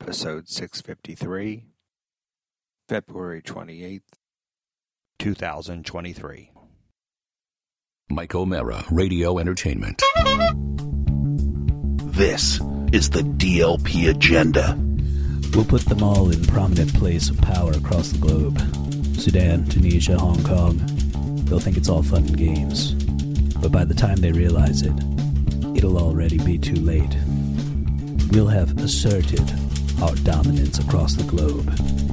Episode 653, February 28th, 2023. Mike O'Mara, Radio Entertainment. This is the DLP agenda. We'll put them all in prominent place of power across the globe Sudan, Tunisia, Hong Kong. They'll think it's all fun and games. But by the time they realize it, it'll already be too late. We'll have asserted our dominance across the globe.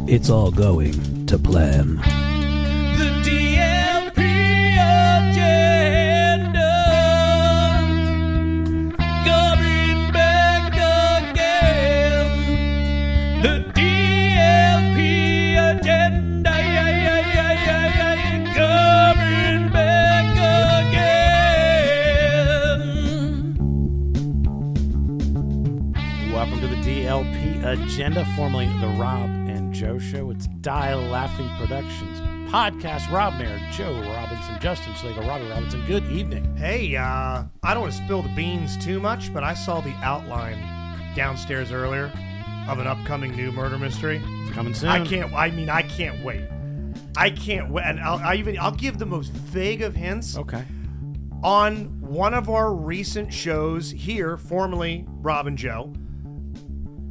It's all going to plan. The DLP agenda coming back again. The DLP agenda coming back again. Welcome to the DLP Agenda, formerly the Rob and Joe Show. It's Dial Laughing Productions podcast. Rob Mayer, Joe Robinson, Justin Schlegel, Robbie Robinson. Good evening. Hey, uh, I don't want to spill the beans too much, but I saw the outline downstairs earlier of an upcoming new murder mystery. It's coming soon. I can't. I mean, I can't wait. I can't wait, and I'll, I even I'll give the most vague of hints Okay. on one of our recent shows here, formerly Rob and Joe.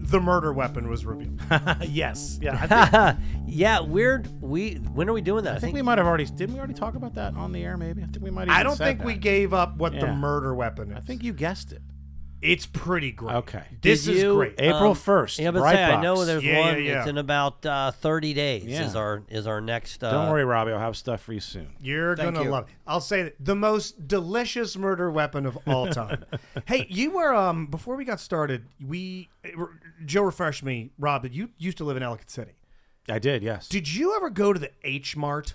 The murder weapon was revealed. yes. Yeah. I think, yeah, weird. We when are we doing that? I think we might have already. Didn't we already talk about that on the air? Maybe. I think we might. Have I even don't said think we that. gave up what the Yeah. murder weapon is. I think you guessed it. it's pretty great. Okay. this Did is you- great. April Um, first. yeah, but Bright say, I know Box. there's Yeah, one. yeah, yeah. It's in about uh, 30 days. Yeah. Is our is our next? Uh, Don't worry, Robbie. I'll have stuff for you soon. You're Thank gonna you. love it. I'll say that the most delicious murder weapon of all time. hey, you were um before we got started. We eh, Joe refreshed me, Rob. That you used to live in Ellicott City. I did. Yes. Did you ever go to the H Mart?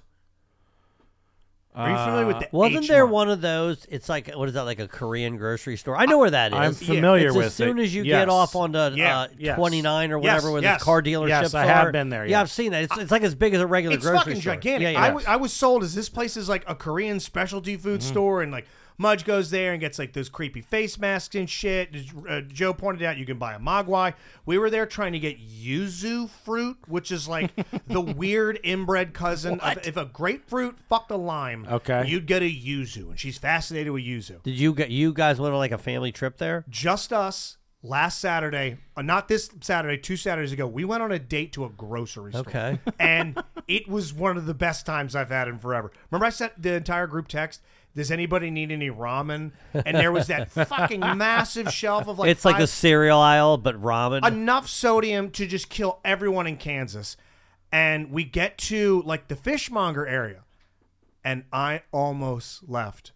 Are you familiar with the Uh, Wasn't H there Mart? one of those? It's like what is that? Like a Korean grocery store? I know where that is. I'm familiar it's with as soon it. as you Yes. get off onto Yeah, uh, yes. 29 or Yes, whatever where yes, the car dealerships yes, are. I have been there, Yeah, yes. I've seen that. It's, it's like as big as a regular It's grocery fucking store. gigantic. Yeah, yeah. I, w- I was sold as this place is like a Korean specialty food Mm-hmm. store, and like Mudge goes there and gets like those creepy face masks and shit. Uh, Joe pointed out you can buy a mogwai. We were there trying to get yuzu fruit, which is like the weird inbred cousin. Of, if a grapefruit fucked a lime, Okay. you'd get a yuzu, and she's fascinated with yuzu Did you get you guys went on like a family trip there? just us last Saturday, uh, not this Saturday, two Saturdays ago, we went on a date to a grocery store. Okay. and it was one of the best times I've had in forever. Remember, I sent the entire group text. Does anybody need any ramen? And there was that fucking massive shelf of like it's like five- the cereal aisle, but ramen. enough sodium to just kill everyone in Kansas. And we get to like the fishmonger area, and I almost left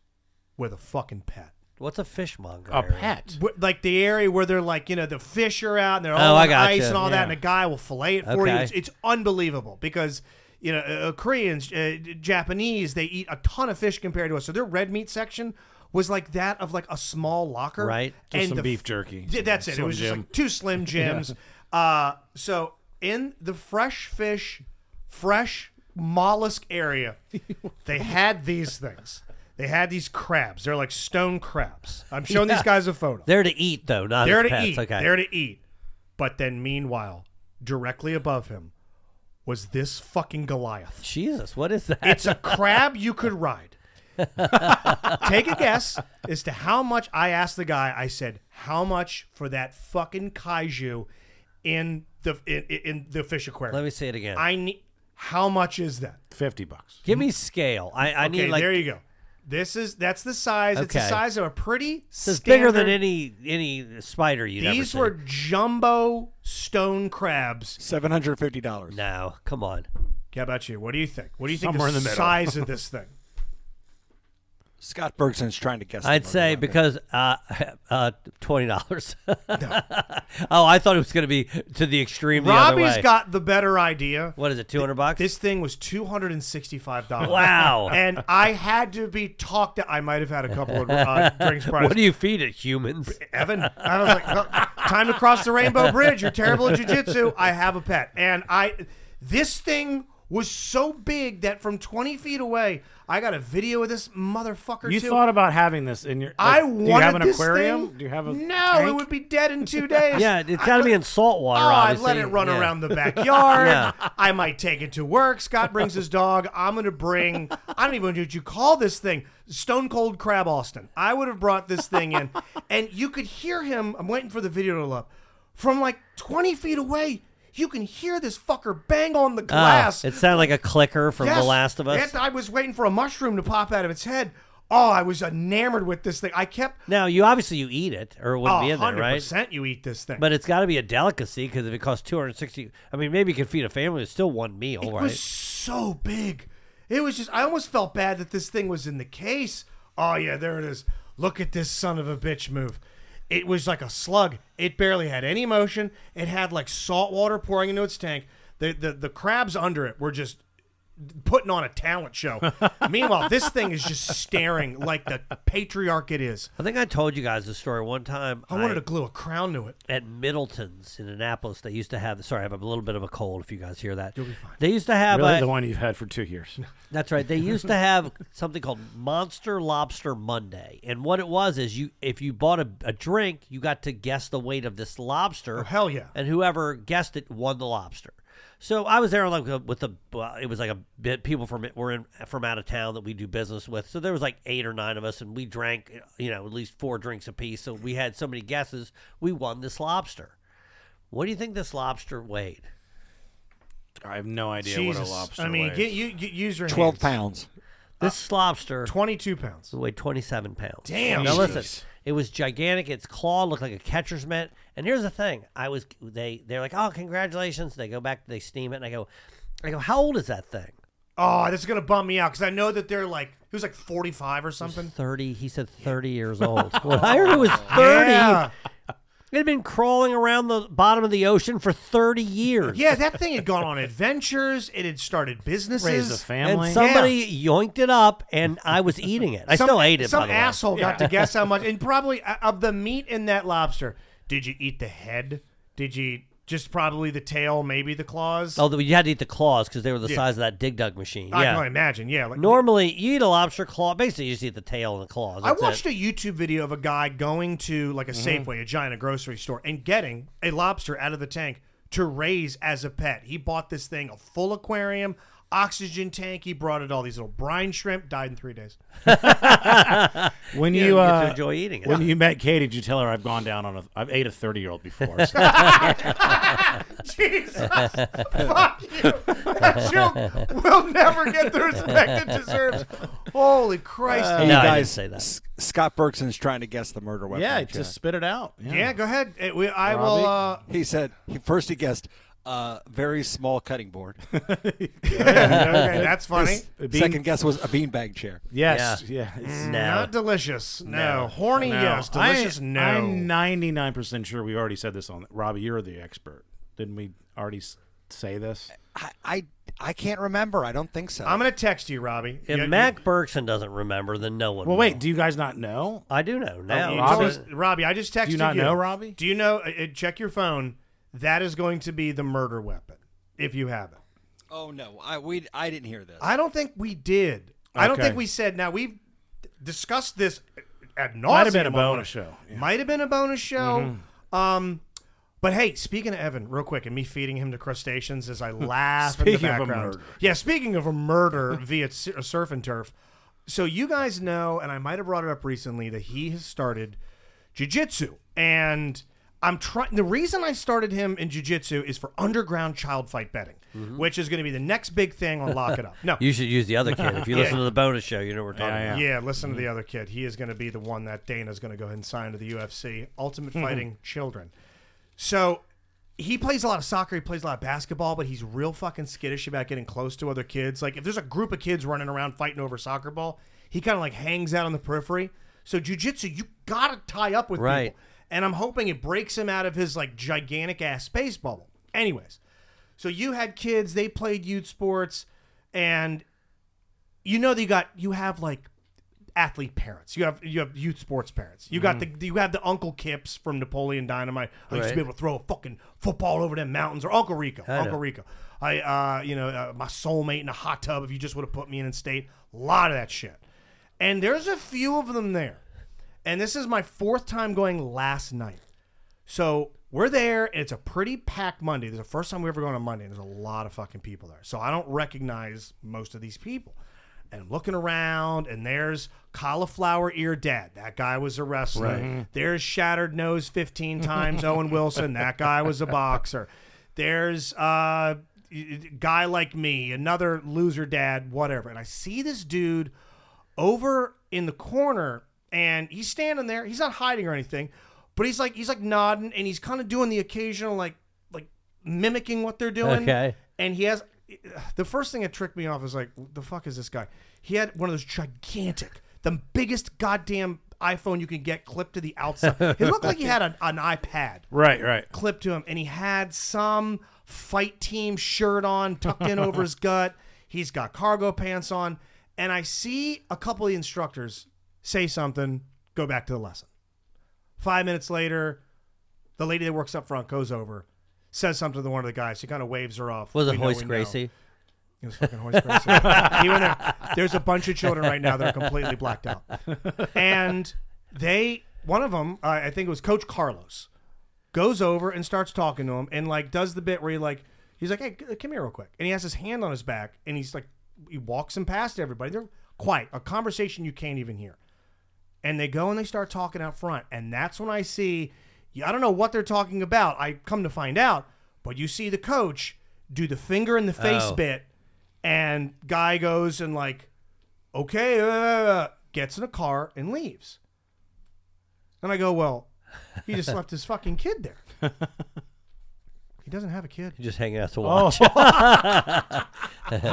with a fucking pet. What's a fishmonger? a area? pet? Wh- like the area where they're like you know the fish are out and they're Oh, all I on gotcha, ice and all yeah. that, and a guy will fillet it for Okay. you. It's, it's unbelievable because you know uh, uh, Koreans, uh, Japanese, they eat a ton of fish compared to us. So their red meat section was like that of like a small locker, Right. Just some the beef f- jerky. Yeah, that's it. Slim it was just Jim. like two Slim Jims. uh, so in the fresh fish, fresh mollusk area, they had these things. They had these crabs. They're like stone crabs. I'm showing these guys a photo. They're to eat though, not They're to as pets. eat. Okay. They're to eat. But then, meanwhile, directly above him was this fucking Goliath. Jesus, what is that? It's a crab you could ride. Take a guess as to how much I asked the guy. I said, "How much for that fucking kaiju in the in, in the fish aquarium?" Let me say it again. I need. How much is that? Fifty bucks. Give me scale. I, I Okay, need like there you go. This is that's the size. It's the Okay. size of a pretty. this is bigger than standard- any any spider you'd ever These seen. were jumbo stone crabs. $750. no, come on. How about you? What do you think? What do you think Somewhere the, in the middle. size of this thing? Scott Bergson's trying to guess. the I'd murder say weapon. because uh, uh, twenty dollars. oh, I thought it was going to be to the extreme the other Robbie's way. got the better idea. what is it? Two hundred bucks. This thing was two hundred and sixty-five dollars. Wow. And I had to be talked. To, I might have had a couple of uh, drinks. Prior what do you feed it, humans? Evan? I was like, "Look, time to cross the rainbow bridge. You're terrible at jujitsu. I have a pet, and I. This thing was so big that from 20 feet away, I got a video of this motherfucker. You too. thought about having this in your. I like, wanted Do you have an this aquarium? thing. Do you have a? No, tank? it would be dead in two days. Yeah, it's got to be in salt Oh, water. I obviously. let it run Yeah. around the backyard. Yeah. I might take it to work. Scott brings his dog. I'm going to bring, I don't even know what you call this thing, Stone Cold Crab Austin. I would have brought this thing in. And you could hear him. I'm waiting for the video to load up. From like 20 feet away, you can hear this fucker bang on the Ah, glass. it sounded like a clicker from The Yes. Last of Us. And I was waiting for a mushroom to pop out of its head. Oh, I was enamored with this thing. I kept. now you obviously you eat it, or it Oh, wouldn't be in there, right? 100% you eat this thing. But it's got to be a delicacy because if it costs two hundred sixty, I mean, maybe you could feed a family. It's still one meal, It right? was so big. It was just I almost felt bad that this thing was in the case. Oh yeah, there it is. Look at this son of a bitch move. It was like a slug. It barely had any motion. It had like salt water pouring into its tank. The the, the crabs under it were just putting on a talent show. Meanwhile, this thing is just staring like the patriarch it is. I think I told you guys the story one time. I wanted to glue a crown to it. at Middleton's in Annapolis. They used to have. Sorry, I have a little bit of a cold. If you guys hear that, you'll be fine. They used to have. Really, a, the one you've had for two years. That's right. They used to have something called Monster Lobster Monday, and what it was is you if you bought a, a drink, you got to guess the weight of this lobster. Oh, hell yeah. And whoever guessed it won the lobster. So I was there like uh, with the well, it was like a bit people from were in from out of town that we do business with. So there was like eight or nine of us, and we drank you know at least four drinks apiece. So we had so many guesses, we won this lobster. What do you think this lobster weighed? I have no idea what Jesus. a lobster. I mean, weighs. get, you, get, use your 12 hands. pounds. Uh, This lobster 22 pounds. It weighed 27 pounds. Damn. Now listen, Jesus. it was gigantic. Its claw looked like a catcher's mitt. And here's the thing: I was they they're like, oh, congratulations. They go back, they steam it, and I go, I go, how old is that thing? Oh, this is gonna bum me out because I know that they're like he was like forty five or something. Thirty. He said 30 years old. When I heard it was 30, Yeah. it had been crawling around the bottom of the ocean for 30 years. Yeah, that thing had gone on adventures. It had started businesses. raise a family. And somebody yoinked it up, and I was eating it. I Some- still ate it. Some by the way. asshole got to guess how much, and probably uh, of the meat in that lobster. Did you eat the head? Did you eat just probably the tail, maybe the claws? Although you had to eat the claws because they were the size of that dig dug machine. I Oh, yeah. can only imagine. Yeah, like Normally, you eat a lobster claw. Basically, you just eat the tail and the claws. I That's watched it. a YouTube video of a guy going to like a Mm-hmm. Safeway, a giant a grocery store, and getting a lobster out of the tank to raise as a pet. He bought this thing a full aquarium, oxygen tank. He brought it all these little brine shrimp. Died in three days. when Yeah, you, you get uh, to enjoy eating it. When you met Kay, did you tell her I've gone down on a I've ate a thirty year old before? So Jesus, fuck you! That joke will never get the respect it deserves. Holy Christ! Uh, Hey, no, I you didn't guys, say that. S- Scott Bergson's trying to guess the murder weapon. yeah, in chat. just spit it out. Yeah. yeah, go ahead. It- we- I will. Uh, He said he first he guessed a very small cutting board. okay, that's funny. His A bean- second guess was a beanbag chair. Yes. Yeah. it's- no. Not delicious. No. Horny. No. Yes. I- Delicious. no. I'm ninety nine percent sure we already said this on Robbie. You're the expert. Didn't we already s- say this? I, I I can't remember. I don't think so. I'm gonna text you, Robbie. If You- Mac Bergson doesn't remember, then no one. Well, will. wait. Do you guys not know? I do know you- now. Oh, you Robbie- just- Robbie, I just texted Do you not know, Robbie? Do you know? uh, uh, check your phone. That is going to be the murder weapon if you have it. oh no, I we I didn't hear Uh, this. I don't think we did. I don't Okay. think we said. Now we've discussed this ad nauseum. Might have been a on one- bonus show. Yeah. Mm-hmm. Might have been a bonus show. Um, but hey, speaking of Evan, real quick, and me feeding him to crustaceans as I laugh in the Speaking of a background. murder. Yeah, speaking of a murder via s- uh, surf and turf. So you guys know, and I might have brought it up recently that he has started jujitsu, and I'm trying. The reason I started him in jujitsu is for underground child fight betting, which is going to be the next big thing on Lock It Up. No, Mm-hmm. You should use the other kid. If you Yeah. listen to the bonus show, you know what we're talking about. yeah, listen Mm-hmm. to the other kid. He is going to be the one that Dana's going to go ahead and sign to the UFC. Ultimate Mm-hmm. Fighting Children. So he plays a lot of soccer. He plays a lot of basketball, but he's real fucking skittish about getting close to other kids. Like if there's a group of kids running around fighting over soccer ball, he kind of like hangs out on the periphery. So jujitsu, you gotta tie up with Right. people. And I'm hoping it breaks him out of his like gigantic ass space bubble. Anyways, so you had kids, they played youth sports, and you know that you got you have like athlete parents. You have you have youth sports parents. You got the you have the Uncle Kips from Napoleon Dynamite. I used to be Right. able to throw a fucking football over them mountains or Uncle Rico. Uncle Rico. I uh you know uh, my soulmate in a hot tub. If you just would have put me in in state, a lot of that shit. And there's a few of them there. And this is my fourth time going last night. So we're there, and it's a pretty packed Monday. This is the first time we ever gone on Monday, and there's a lot of fucking people there. So I don't recognize most of these people. And I'm looking around, and there's cauliflower ear dad. That guy was a wrestler. There's shattered nose 15 times Owen Wilson. That guy was a boxer. There's uh, guy like me, another loser dad, whatever. And I see this dude over in the corner and he's standing there. He's not hiding or anything, but he's like he's like nodding and he's kind of doing the occasional like like mimicking what they're doing. Okay. And he has the first thing that tricked me off is like the fuck is this guy? He had one of those gigantic, the biggest goddamn iPhone you can get clipped to the outside. It looked like he had an, an iPad Right, right. clip to him, and he had some fight team shirt on, tucked in over his gut. He's got cargo pants on, and I see a couple of the instructors say something, go back to the lesson. Five minutes later, the lady that works up front goes over, says something to one of the guys. She kind of waves her off. Was it We know, we Hoist know. Gracie? It was fucking Hoist Gracie. He went there. There's a bunch of children right now that are completely blacked out, and they one of them uh, I think it was Coach Carlos goes over and starts talking to him and like does the bit where he like he's like hey c- come here real quick and he has his hand on his back and he's like he walks him past everybody they're quiet a conversation you can't even hear and they go and they start talking out front and that's when i see i don't know what they're talking about i come to find out but you see the coach do the finger in the face Oh. bit and guy goes and like okay uh, gets in a car and leaves and i go well he just left his fucking kid there he doesn't have a kid Just hanging out to Oh. watch.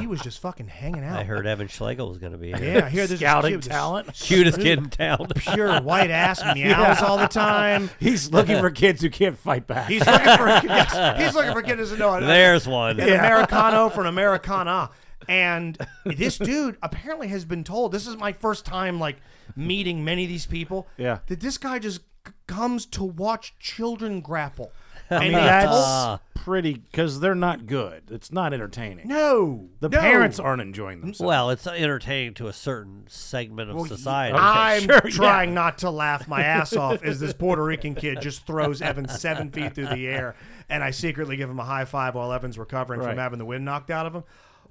he was just fucking hanging out I heard Evan Schlegel was going to be here. yeah here there's Scouting this kid with this talent. Cutest kid in town. pure white ass meows all the time He's looking for kids who can't fight back. He's looking for yes, he's looking for kid as a no. There's one. an Americano for an Americana. And this dude apparently has been told this is my first time like meeting many of these people. Yeah. That this guy just c- comes to watch children grapple. And he that's told- pretty because they're not good. It's not entertaining. no. the no. parents aren't enjoying themselves. Well, it's entertaining to a certain segment of society. I'm sure, yeah. trying not to laugh my ass off as this Puerto Rican kid just throws Evan seven feet through the air, and I secretly give him a high five while Evan's recovering Right. from having the wind knocked out of him.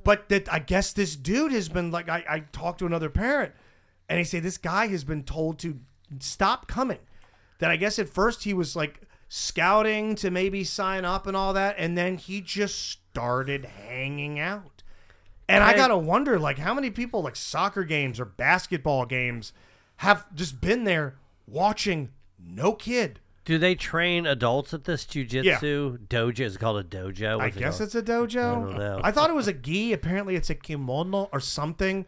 But that I guess this dude has been like I, I talked to another parent, and he said this guy has been told to stop coming. That I guess at first he was like scouting to maybe sign up and all that, and then he just started hanging out. And I gotta wonder, like, how many people like soccer games or basketball games have just been there watching no kid. Do they train adults at this jujitsu dojo? Is it called a dojo? I What's it guess called? it's a dojo. I, don't know. thought it was a gi. Apparently, it's a kimono or something.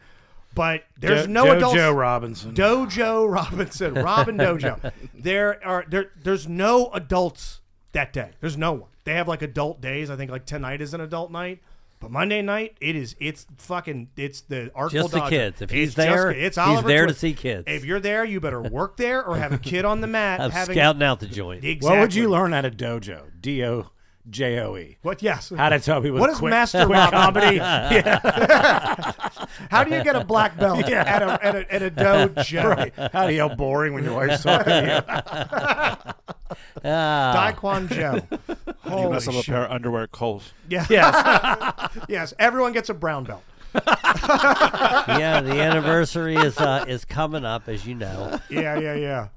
But there's Jo- no Joe, adults. Joe Robinson. Dojo Robinson, Robin Dojo. There are there. There's no adults that day. There's no one. They have like adult days. I think like tonight is an adult night, but Monday night it is. It's fucking. It's the Artful Just the Dodger. kids. If he's It's just there, kid- it's he's Oliver there to Twist. see kids. If you're there, you better work there or have a kid on the mat. I'm having, scouting out the joint. Exactly. What would you learn at a dojo? D O J O E. What? Yes. How to tell people What to is quit- master quit Rob? comedy? yeah. How do you get a black belt at a at a, at a dojo? How do you yell boring when your wife's talking to you? Daekwon Joe. You Holy mess up a shit. pair of underwear, Coles. Yeah. Yes. Yes. Everyone gets a brown belt. yeah, the anniversary is uh, is coming up, as you know. Yeah. Yeah. Yeah.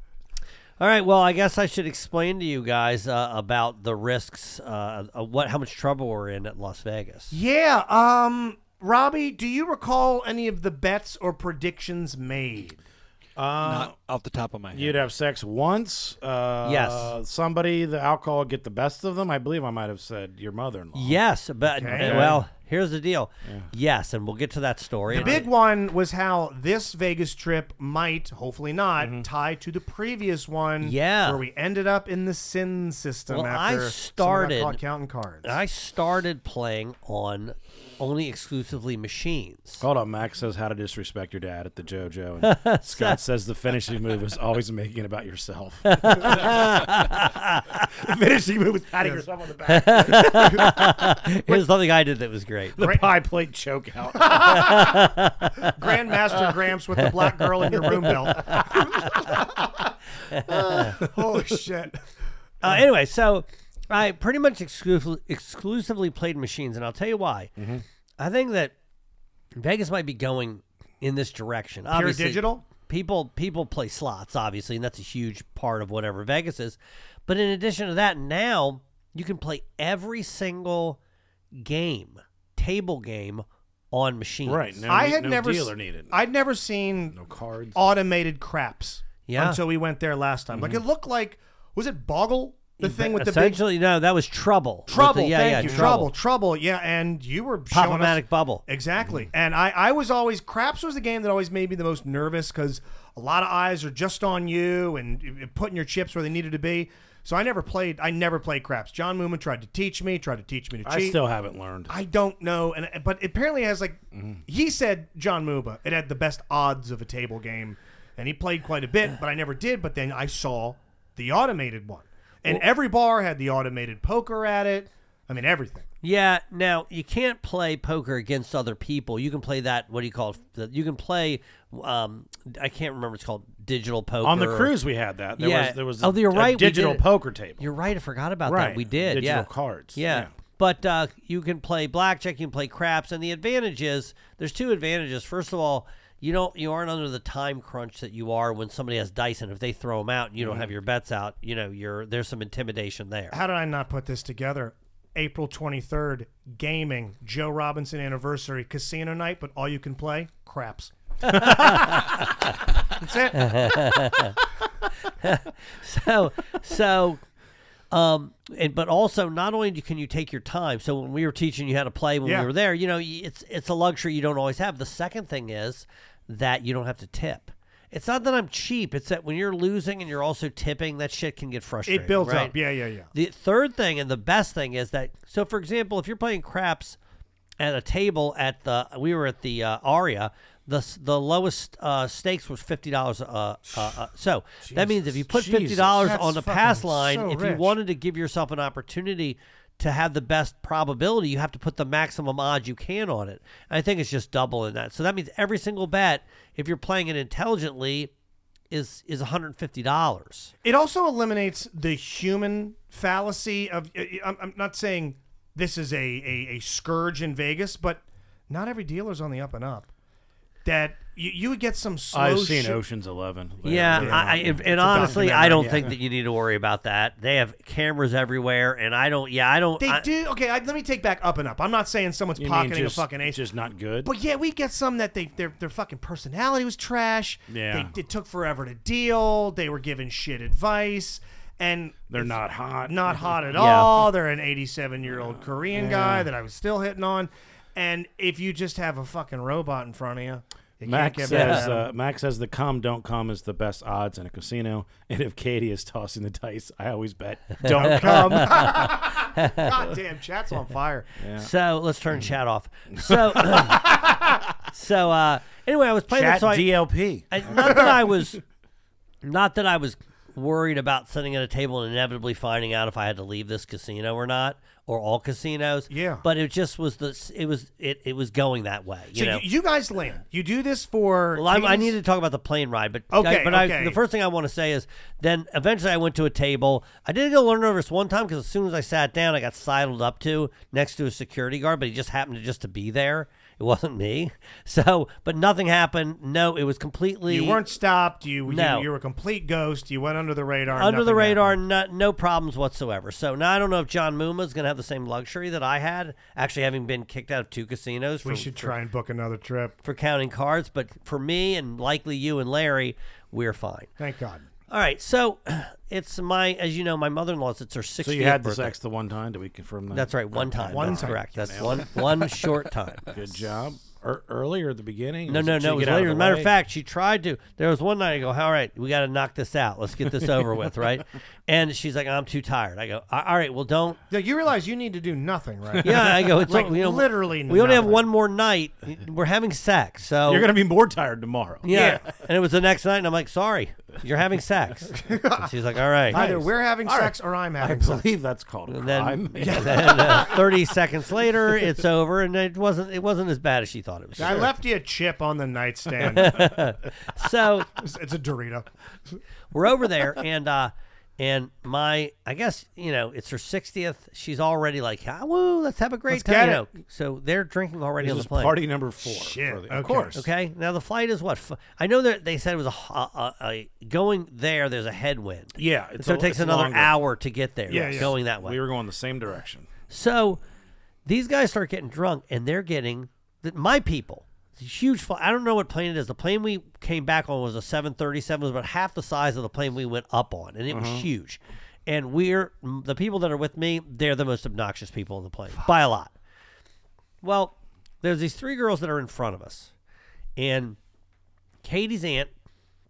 All right. Well, I guess I should explain to you guys uh, about the risks, uh, of what how much trouble we're in at Las Vegas. Yeah. Um, Robbie, do you recall any of the bets or predictions made? Not off the top of my head. You'd have sex once. Uh, Yes. Somebody, the alcohol would get the best of them. I believe I might have said your mother-in-law. Yes, but Okay. well, Here's the deal. Yes, and we'll get to that story. The And big one was how this Vegas trip might, hopefully not, Mm-hmm. tie to the previous one. Yeah. Where we ended up in the sin system Well, after I someone got started- caught counting cards. I started playing on only exclusively machines. Hold on, Max says how to disrespect your dad at the JoJo, and Scott says the finishing move is always making it about yourself. The finishing move is patting yourself on the back. Here's something I did that was great. The pie plate choke out. Grandmaster Gramps with the black girl in your room belt. holy shit. Uh, anyway, so I pretty much exclusively, exclusively played machines, and I'll tell you why. Mm-hmm. I think that Vegas might be going in this direction. Pure obviously, digital? People people play slots, obviously, and that's a huge part of whatever Vegas is. But in addition to that, now you can play every single game, table game, on machines. right. No, I had no never dealer s- needed. I'd never seen no cards. automated craps. Yeah. Mm-hmm. Until we went there last time. Like it looked like was it Boggle? The thing with the big Essentially, no, that was trouble. With trouble. the- yeah, thank yeah, you. trouble. trouble, Yeah, and you were showing us- Pop-O-Matic bubble. Mm-hmm. Exactly. And I, I was always craps was the game that always made me the most nervous because a lot of eyes are just on you and y- y- putting your chips where they needed to be. So I never played. I never played craps. John Moomin tried to teach me. Tried to teach me to I cheat. still haven't learned. I don't know, and but apparently it has like he said John Muba. It had the best odds of a table game, and he played quite a bit, but I never did. But then I saw the automated one, and every bar had the automated poker at it. I mean everything. Yeah. Now you can't play poker against other people. You can play that. What do you call it? The- You can play. Um, I can't remember. It's called digital poker. On the or- cruise, we had that. There Yeah. was there was Oh, you're a right, we digital did it. poker table. You're right. I forgot about that. Right, We did. digital yeah. cards, Yeah. yeah. But uh, you can play blackjack. You can play craps. And the advantage is there's two advantages. First of all. You don't. You aren't under the time crunch that you are when somebody has dice, and if they throw them out and you don't Mm-hmm. have your bets out, you know, you're there's some intimidation there. How did I not put this together? April twenty third, gaming Joe Robinson anniversary casino night, but all you can play craps. That's it. so so um and but also not only do- can you take your time so when we were teaching you how to play when Yeah. we were there you know y- it's it's a luxury you don't always have the second thing is that you don't have to tip it's not that i'm cheap it's that when you're losing and you're also tipping that shit can get frustrating It built right? up. Yeah, yeah, yeah. The third thing and the best thing is that so for example, if you're playing craps at a table at the we were at the uh, Aria, the s- the lowest uh, stakes was fifty dollars. Uh, uh, uh, so that means if you put fifty dollars That's on the fucking pass line, so if you rich. wanted to give yourself an opportunity to have the best probability, you have to put the maximum odds you can on it. I think it's just double in that. So that means every single bet, if you're playing it intelligently, is is one hundred fifty dollars. It also eliminates the human fallacy of. I- I'm, I'm not saying this is a, a, a scourge in Vegas, but not every dealer's on the up and up. That you, you would get some slow. I've seen shit- Ocean's Eleven. Yeah, They're- I, I, and- and honestly, I don't think that you need to worry about that. They have cameras everywhere, and I don't. Yeah, I don't. They I, do okay. I, let me take back up and up. I'm not saying someone's You mean pocketing just- a fucking ace, Just not good. but yeah, we get some that they their their fucking personality was trash. Yeah. they, it took forever to deal. They were giving shit advice, and They're not hot. not hot at Yeah. all. They're an 87 year old Korean guy that I was still hitting on. And if you just have a fucking robot in front of you, you Max can't get says, mad at him. uh, Max says the come don't come is the best odds in a casino. And if Katie is tossing the dice, I always bet don't come. Come. God damn, chat's on fire. So let's Mm. turn chat off. So, so uh, anyway, I was playing. Chat this, so I- DLP. I, not that I was, not that I was worried about sitting at a table and inevitably finding out if I had to leave this casino or not, or all casinos. Yeah. But it just was the. It was it. It was going that way. You So know. you, you guys land. You do this for. Well, I, I Katie's- need to talk about the plane ride, but Okay, I, but I, okay. the first thing I want to say is then eventually I went to a table. I did go learn over this one time because as soon as I sat down, I got sidled up to next to a security guard, but he just happened to just to be there. It wasn't me, so but nothing happened. No, it was completely You weren't stopped. You, No. you you were a complete ghost. You went under the radar. under the nothing radar. happened. No, no problems whatsoever. So now I don't know if John Muma is going to have the same luxury that I had, actually having been kicked out of two casinos. For, We should try and book another trip. for counting cards, but for me and likely you and Larry, we're fine. Thank God. All right, so it's my, as you know, my mother-in-law's. It's her 60th So you had the birthday. sex the one time? Did we confirm that? That's right, one time. One That's time. correct. That's one one short time. Good job. Er, earlier at the beginning? No, Was no, it no. It to was get out later. the As a matter of way? fact, she tried to. There was one night I go, all right, we got to knock this out. Let's get this over with, right? And she's like, I'm too tired. I go, "A- all right, well, don't. Now, you realize you need to do nothing, right? Yeah, I go, it's Like, all- you know, literally We only have nothing. one more night. We're having sex, so You're going to be more tired tomorrow. Yeah. And it was the next night, and I'm like, sorry, you're having sex. and she's like, all right. Either we're having All sex or I'm I having sex. believe that's called a And then, crime. and then, uh, 30 seconds later, it's over, and it wasn't it wasn't as bad as she thought it was. I left you a chip on the nightstand. it's, So it's a Dorito. we're over there, and uh, and my I guess you know it's her 60th. She's already like, ah, woo, let's have a great Let's time. get you it. know. So they're drinking already This on is the plane. party number four. Shit, for the- Of okay. course. Okay, now the flight is what? F- I know that they said it was a, h- a- a- a- going there. There's a headwind. Yeah. it's so a- it takes it's another longer. hour to get there. Yeah, yeah. going that way. We were going the same direction. So these guys start getting drunk, and they're getting the, my people. It's a huge flight. I don't know what plane it is. The plane we came back on was a 737. It was about half the size of the plane we went up on, and it Mm-hmm. was huge. And we're the people that are with me. They're the most obnoxious people on the plane by a lot. Well, there's these three girls that are in front of us, and Katie's aunt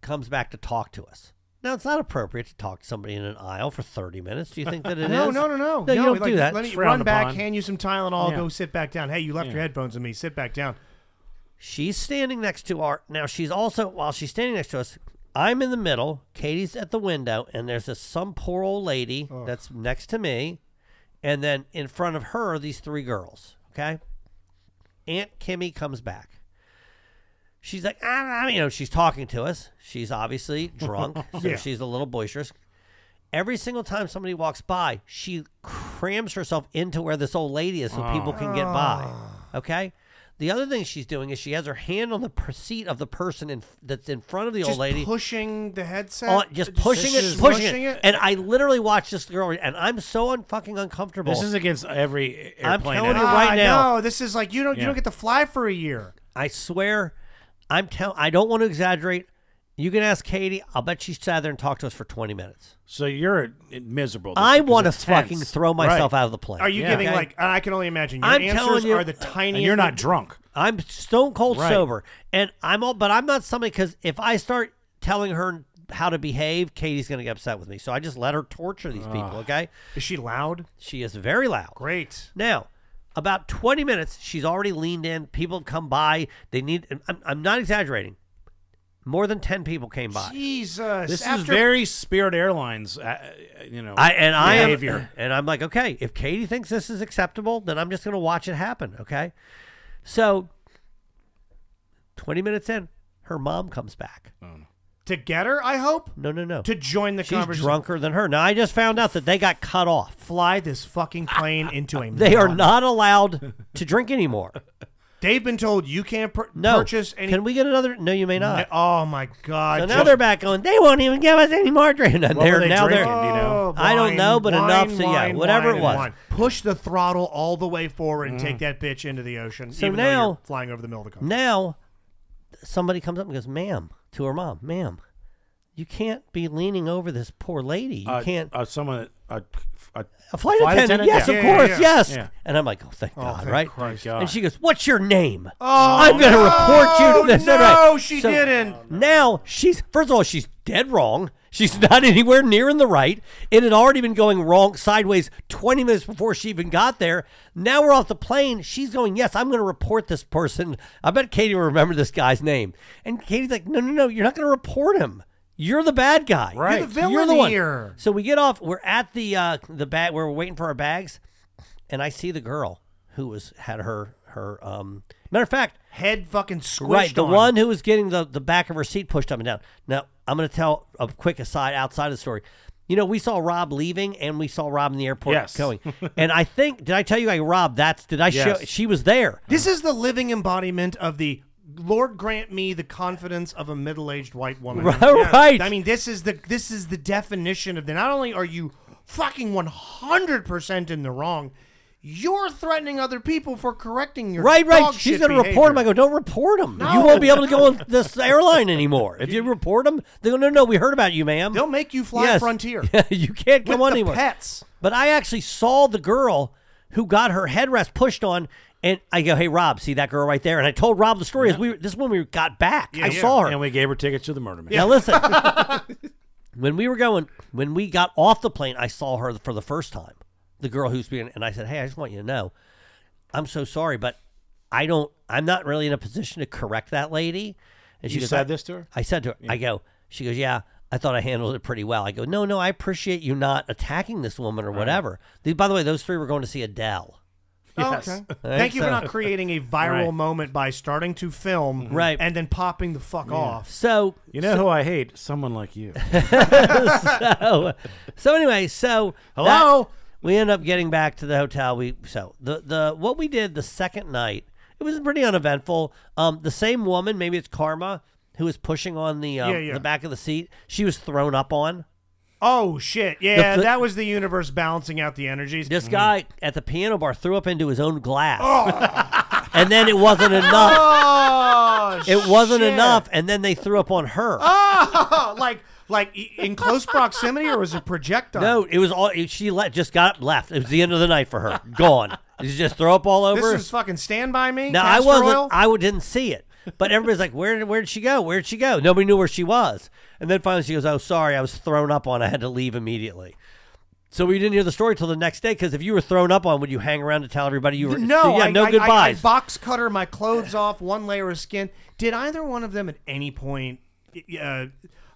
comes back to talk to us. Now it's not appropriate to talk to somebody in an aisle for 30 minutes. Do you think that it is? No, no, no, no. No, you don't like, do that. Let me It's run frowned back, upon. hand you some Tylenol, Yeah. go sit back down. Hey, you left your headphones on me. Sit back down. She's standing next to our. Now she's also while she's standing next to us. I'm in the middle. Katie's at the window, and there's this some poor old lady that's next to me, and then in front of her, these three girls. Okay, Aunt Kimmy comes back. She's like, "Ah, I, you know, she's talking to us. She's obviously drunk, so Yeah. she's a little boisterous. Every single time somebody walks by, she crams herself into where this old lady is so people can get by. Okay. The other thing she's doing is she has her hand on the per- seat of the person in, that's in front of the Just old lady, pushing the headset. on, just pushing it, just pushing, it. And I literally watched this girl, and I'm so unfucking uncomfortable. This is against every airplane. I'm telling you out. right Ah, now. No, this is like you don't you Yeah. don't get to fly for a year. I swear, I'm tell. I don't want to exaggerate. You can ask Katie. I'll bet she sat there and talked to us for 20 minutes. So you're miserable. I because want to it's tense. fucking throw myself Right. out of the plane. Are you Yeah. giving Okay. like I can only imagine your I'm telling answers you- are the tiniest. And you're not drunk. I'm stone cold Right. sober, and I'm all. But I'm not somebody because if I start telling her how to behave, Katie's going to get upset with me. So I just let her torture these people. Okay, Is she loud? she is very loud. Great. Now, about 20 minutes, she's already leaned in. People have come by. They need. I'm, I'm not exaggerating. More than 10 people came by. Jesus. This after is very Spirit Airlines, uh, uh, you know, I and I am, behavior. and I'm like, okay, if Katie thinks this is acceptable, then I'm just going to watch it happen. Okay, so 20 minutes in, her mom comes back. to get her, I hope, No, no, no. to join the She's conversation. drunker than her. Now I just found out that they got cut off. Fly this fucking plane into a. They are mountain. not allowed to drink anymore. They've been told you can't pur- No. purchase any. Can we get another? No, you may not. Oh my god! So now just- they're back on. They won't even give us any more drink. And What they're were they now drinking? they're. you Oh, know? I don't know, but enough to- yeah, whatever it and was. Push the throttle all the way forward Mm. and take that bitch into the ocean. So even now- though you're flying over the middle of the country. Now, somebody comes up and goes, "Ma'am," to her mom, "Ma'am, you can't be leaning over this poor lady. You uh, can't." Uh, someone, uh, uh, a flight, flight attendant, attendant? Yes, Yeah. of Yeah, yeah, course. yeah. Yes. Yeah. And I'm like, "Oh, thank God!" thank right? Christ. God. And she goes, "What's your name?" Oh, I'm going to no, report you to this. No, right. she So didn't. Now she's first of all she's dead wrong. She's not anywhere near in the right. It had already been going wrong sideways 20 minutes before she even got there. Now we're off the plane. She's going, Yes, I'm going to report this person. I bet Katie will remember this guy's name. And Katie's like, No, no, no, you're not going to report him. You're the bad guy. Right. You're the villain You're the one. here. So we get off. We're at the uh, the bag. We're waiting for our bags, and I see the girl who was had her her. Um, matter of fact, Head fucking squished. Right, the on. one who was getting the, the back of her seat pushed up and down. Now, I'm going to tell a quick aside outside of the story. You know, we saw Rob leaving and we saw Rob in the airport Yes. going. and I think, did I tell you, like, Rob, that's, did I show, Yes. she was there. This is the living embodiment of the Lord grant me the confidence of a middle-aged white woman. Right, right. I mean, this is the this is the definition of the. Not only are you fucking one hundred percent in the wrong, You're threatening other people for correcting your Right, right. dog shit She's going to report him. I behavior. go, don't report him. You won't be able to go on this airline anymore. If you report him, they go, no, no, we heard about you, ma'am. They'll make you fly Yes. Frontier. Yeah, you can't With come on the anymore. pets. But I actually saw the girl who got her headrest pushed on, and I go, "Hey, Rob, see that girl right there?" And I told Rob the story as we this is when we got back. I saw her. And we gave her tickets to the murder man. Now listen, when we were going, when we got off the plane, I saw her for the first time, the girl who's being, and I said, "Hey, I just want you to know, I'm so sorry, but I don't, I'm not really in a position to correct that lady." And she You goes, said "I- this to her? I said to her, I go, she goes, yeah, I thought I handled it pretty well. I go, no, no, I appreciate you not attacking this woman or whatever. The- By the way, those three were going to see Adele. Oh, okay. Thank you for so. not creating a viral Right. moment by starting to film Mm-hmm. Right. and then popping the fuck off. So, You know who I hate? Someone like you. so, oh, so anyway, so Hello? that- we end up getting back to the hotel. We so the the what we did the second night. It was pretty uneventful. Um, the same woman, maybe it's Karma, who was pushing on the um, Yeah, yeah. the back of the seat. She was thrown up on. Oh shit! Yeah, The- the- that was the universe balancing out the energies. This guy at the piano bar threw up into his own glass. and then it wasn't enough. Oh, It wasn't shit. enough. And then they threw up on her. Oh, like like i- in close proximity, or was it projectile? No, it was all. it- She le- just got up, left. It was the end of the night for her. Gone. Did you just throw up all this over? is fucking Stand by Me. now, I Castor wasn't. Oil? I w- didn't see it. But everybody's like, where, where'd she go? Where'd she go? Nobody knew where she was. And then finally she goes, oh, sorry, I was thrown up on. I had to leave immediately. So we didn't hear the story till the next day because if you were thrown up on, would you hang around to tell everybody you were? no, so, yeah, I, no I, goodbyes. I, I box cutter my clothes off, one layer of skin. Did either one of them at any point uh,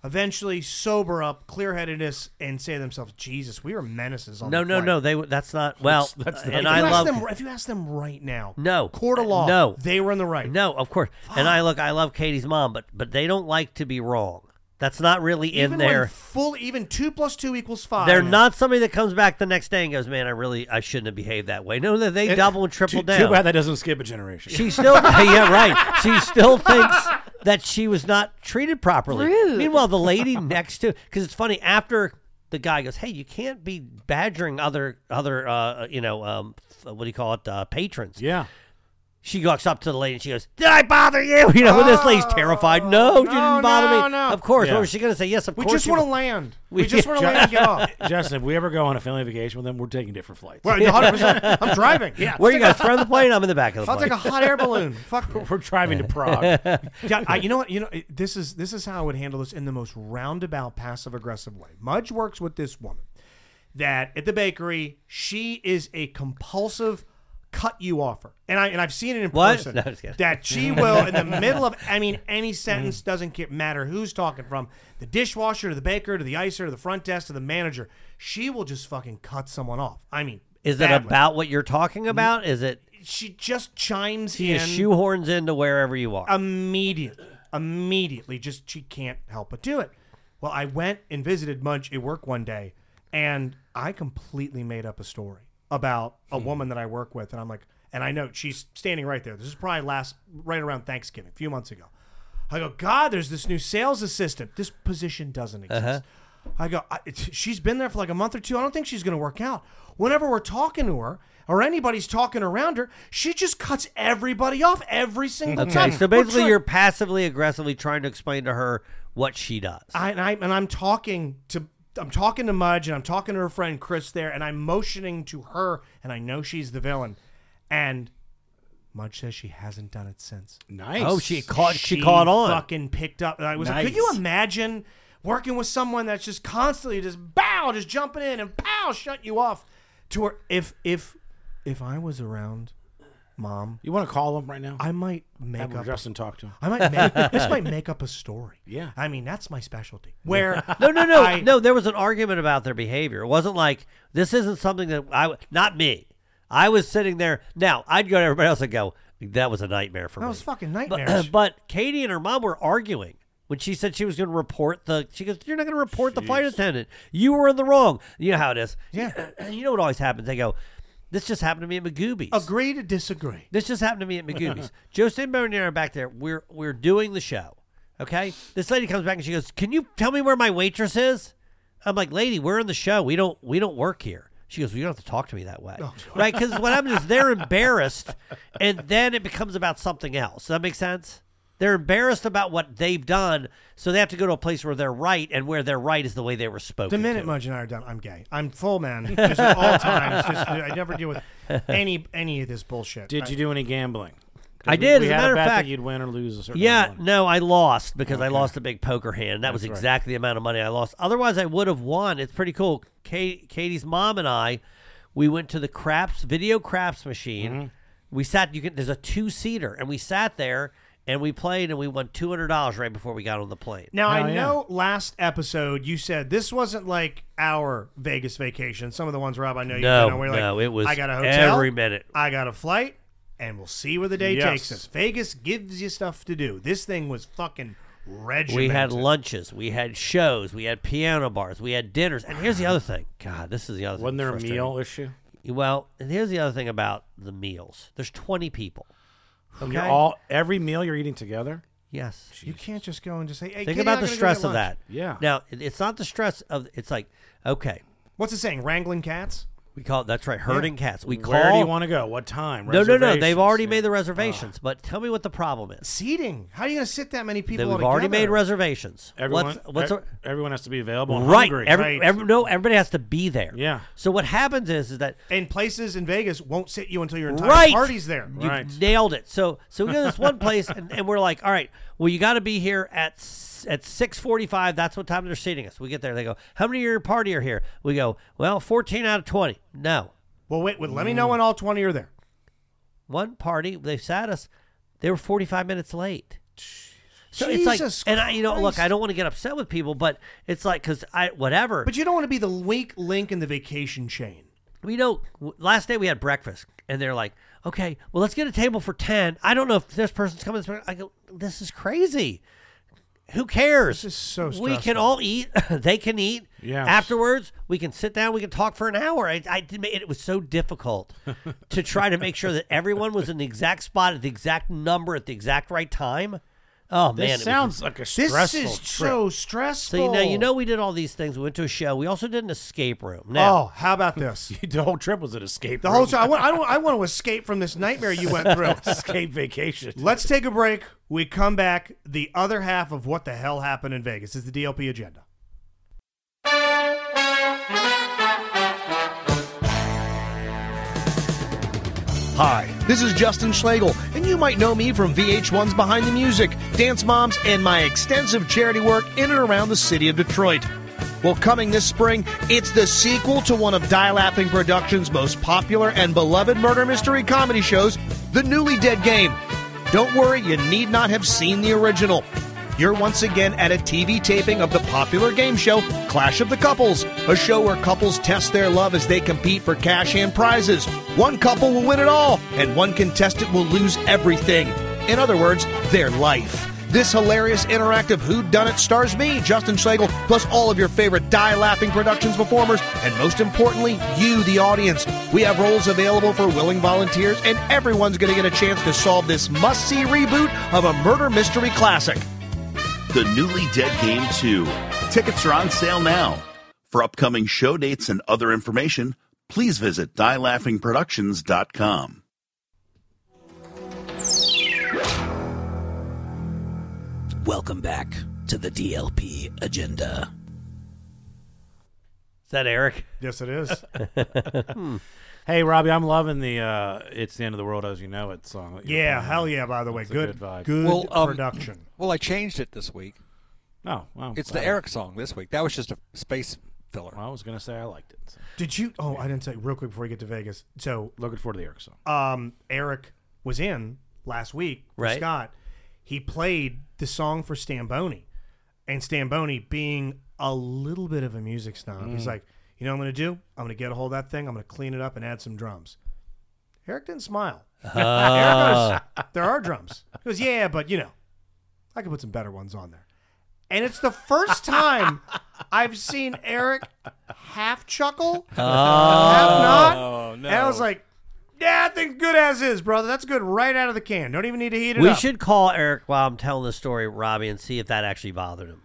eventually sober up, clear headedness, and say to themselves, "Jesus, we are menaces on No, the no, flight." no. They that's not well. that's not- and If you I ask love them, if you ask them right now, No. court of law, No. they were in the right. no, of course. And I look, I love Katie's mom, but but they don't like to be wrong. That's not really even in when there. full, even two plus two equals five. They're not somebody that comes back the next day and goes, "Man, I really I shouldn't have behaved that way." No, that they double and triple too, down. too bad that doesn't skip a generation. She still, yeah, right. She still thinks that she was not treated properly. Rude. Meanwhile, the lady next to, because it's funny, after the guy goes, "Hey, you can't be badgering other other, uh, you know, um, what do you call it, uh, patrons." yeah. she walks up to the lady and she goes, "Did I bother you?" You know, this lady's terrified. No, you Oh, no, didn't bother no, me. no. Of course. Yeah. What was she going to say? Yes, of We course. just you want to were." land. We- We just want to land and get off. Justin, if we ever go on a family vacation with them, we're taking different flights. Well, 100%. I'm driving. Yeah. Where are you guys? Front of the plane. I'm in the back of the I'll plane. take a hot air balloon. Fuck. we're driving to Prague. Yeah, I, you know what? You know it- this is this is how I would handle this in the most roundabout, passive aggressive way. Mudge works with this woman that at the bakery she is a compulsive cut you offer, and I and I've seen it in What? person No, I'm just kidding. Mm-hmm. that she will in the middle of I mean any sentence doesn't ca- matter who's talking from the dishwasher to the baker to the icer to the front desk to the manager she will just fucking cut someone off. I mean, Is it badly. about what you're Mm-hmm. talking about? Is it? She just chimes She in shoehorns into wherever you Uh, are. immediately, immediately, just she can't help but do it. Well, I went and visited Munch at work one day, and I completely made up a story about a Hmm. woman that I work with, and I'm like, and I know she's standing right there. This is probably last right around Thanksgiving, a few months ago. I go, God, there's this new sales assistant. This position doesn't Uh-huh. exist. I go, I, it's- she's been there for like a month or two. I don't think she's going to work out. Whenever we're talking to her or anybody's talking around her, she just cuts everybody off every single okay, time. so mm-hmm. We're basically, try- you're passively aggressively trying to explain to her what she does. I, and, I, and I'm talking to. I'm talking to Mudge and I'm talking to her friend Chris there, and I'm motioning to her, and I know she's the villain. And Mudge says she hasn't done it since. nice. oh, she caught. She, caught on. Fucking picked up. I was like, could Nice. you imagine working with someone that's just constantly just bow, just jumping in and pow, shut you off? To her, if if if I was around, mom, You want to call him right now? I might make Have up. Justin talk to him. I might make this might make up a story. Yeah. I mean that's my specialty. Where No, no, no, I- no. There was an argument about their behavior. It wasn't like this isn't something that I w- not me. I was sitting there. Now I'd go to everybody else and go, "That was a nightmare for me." that was fucking But, nightmarish. but Katie and her mom were arguing when she said she was going to report the. She goes, "You're not going to report the flight attendant. You were in the wrong." You know how it is. Yeah. you know what always happens. They go, "This just happened to me at Magoobies." Agree to disagree. This just happened to me at Magoo's. Joe Sinbone and I are back there. We're we're doing the show. Okay. This lady comes back and she goes, "Can you tell me where my waitress is?" I'm like, "Lady, we're in the show. We don't we don't work here." She goes, well, you don't have to talk to me that way, right? Because what happens is they're embarrassed, and then it becomes about something else. Does that make sense? They're embarrassed about what they've done, so they have to go to a place where they're right, and where their right is the way they were spoken. The minute to. Mudge and I are done, I'm gay. I'm full man. Just at all times. Just, I never deal with any any of this bullshit. Did you do any gambling? 'Cause I we- did, We as a had matter of a bet fact. that you'd win or lose a certain Yeah, amount. no, I lost because I lost a big poker hand. That was That's right. exactly the amount of money I lost. Otherwise, I would have won. It's pretty cool. Kate, Katie's mom and I, we went to the craps video craps machine. Mm-hmm. We sat. You can. There's a two seater, and we sat there and we played, and we won two hundred dollars right before we got on the plane. Now Oh, I yeah. know last episode you said this wasn't like our Vegas vacation. Some of the ones Rob I know you've No, been on, where you're no, like it was I got a hotel every minute. I got a flight, and we'll see where the day Yes. takes us. Vegas gives you stuff to do. This thing was fucking regimented. We had lunches, we had shows, we had piano bars, we had dinners. And here's the other thing. God, this is the other Wasn't thing. there a frustrating. meal issue? Well, and here's the other thing about the meals. There's 20 people. You're all every meal you're eating together. Yes. You can't just go and just say, "Hey, Think Katie, about I'm the gonna go stress get of lunch." that. Yeah. Now it- it's not the stress of. It's like okay, What's it saying? Wrangling cats. we call it, that's right. Herding cats. We call. Where do you want to go? What time? no, no, no. They've Reservations? already Yeah. made the reservations. But tell me what the problem is. Seating. How are you going to sit that many people? That all we've already together? made reservations. Everyone, What's, what's e- everyone has to be available. And right? hungry. Every, every- no, everybody has to be there. Yeah. So what happens is, is that And places in Vegas won't sit you until your entire right party's there. You Right. nailed it. So so we go to this one place and, and we're like, all right, well you got to be here at s- at six forty five. That's what time they're seating us. We get there. They go, how many of your party are here? We go, well, fourteen out of twenty. No, Well, wait. wait let me Mm. know when all twenty are there. one party they sat us they were 45 minutes late so Jesus it's like and i you know look Christ. i don't want to get upset with people but it's like because i whatever But you don't want to be the weak link in the vacation chain. we know w- last day we had breakfast and they're like okay well let's get a table for 10 i don't know if this person's coming this person- i go this is crazy who cares This is so we can stressful. all eat they can eat Yes. afterwards we can sit down we can talk for an hour i, I did ma- it was so difficult to try to make sure that everyone was in the exact spot at the exact number at the exact right time oh man This it was sounds like a This stressful is trip. so stressful. so you know, you know, we did all these things. We went to a show. We also did an escape room. Now, Oh, how about this? the whole trip was an escape. The whole room. time I want, I, don't, I want to escape from this nightmare you went through. escape vacation. Let's take a break. We come back. The other half of what the hell happened in Vegas is the DLP agenda. Hi, this is Justin Schlegel, and you might know me from VH1's Behind the Music, Dance Moms, and my extensive charity work in and around the city of Detroit. Well, coming this spring, it's the sequel to one of Die Laughing Productions' most popular and beloved murder mystery comedy shows, The Newly Dead Game. Don't worry, you need not have seen the original. You're once again at a TV taping of the popular game show Clash of the Couples, a show where couples test their love as they compete for cash and prizes. One couple will win it all, and one contestant will lose everything. In other words, their life. This hilarious interactive Who Done It stars me, Justin Schlegel, plus all of your favorite Die Laughing Productions performers, and most importantly, you, the audience. We have roles available for willing volunteers, and everyone's going to get a chance to solve this must see reboot of a murder mystery classic. The Newly Dead Game 2. Tickets are on sale now. For upcoming show dates and other information, please visit dielaughingproductions.com. Welcome back to the DLP agenda. is that Eric? Yes, it is. Hey, Robbie, I'm loving the uh, "It's the End of the World as You Know It" song. that you were yeah, playing. hell yeah. By the way, That's a good good, vibe. good Well, um, production. Well, I changed it this week. Oh, wow. It's the Wow. Eric song this week. That was just a space filler. Well, I was gonna say I liked it. so. Did you? Oh, I didn't say real quick before we get to Vegas. So Looking forward to the Eric song. um, Eric was in last week for Right. Scott. He played the song for Stamboni. And Stamboni, being a little bit of a music snob, he's like, you know what I'm going to do? I'm going to get a hold of that thing. I'm going to clean it up and add some drums. Eric didn't smile. Eric goes, there are drums. He goes, yeah, but you know, I could put some better ones on there. And it's the first time I've seen Eric half chuckle, Oh. half not. And I was like, yeah, that thing's good as is, brother. That's good right out of the can. Don't even need to heat it We up. should call Eric while I'm telling the story, Robbie, and see if that actually bothered him.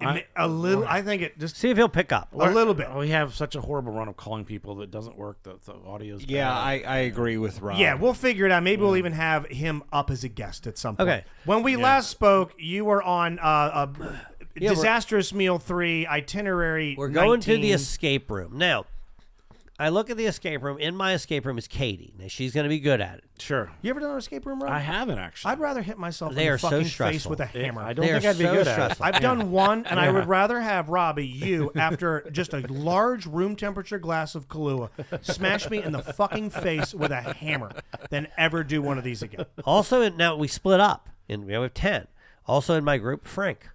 It ma- a little. I think it just See if he'll pick up. a little bit. Oh, We have such a horrible run of calling people that doesn't work. The, the audio's Yeah, bad. I, I agree with Rob. Yeah, we'll figure it out. Maybe we'll even have him up as a guest at some point. Mm. Okay. When we last spoke, you were on uh, a Yeah, we're- disastrous meal three itinerary. We're going to 19. the escape room. Now, I look at the escape room. In my escape room is Katie. Now, she's going to be good at it. sure. You ever done an escape room? Rob? I haven't actually. I'd rather hit myself They in the are so fucking face stressful. with a Yeah, hammer. I don't They are think I'd be so good stressful. at. it. I've done one, and I would rather have Robbie, you, after just a large room temperature glass of Kahlua, smash me in the fucking face with a hammer than ever do one of these again. Also, in, now we split up, and we have ten. Also in my group, Frank.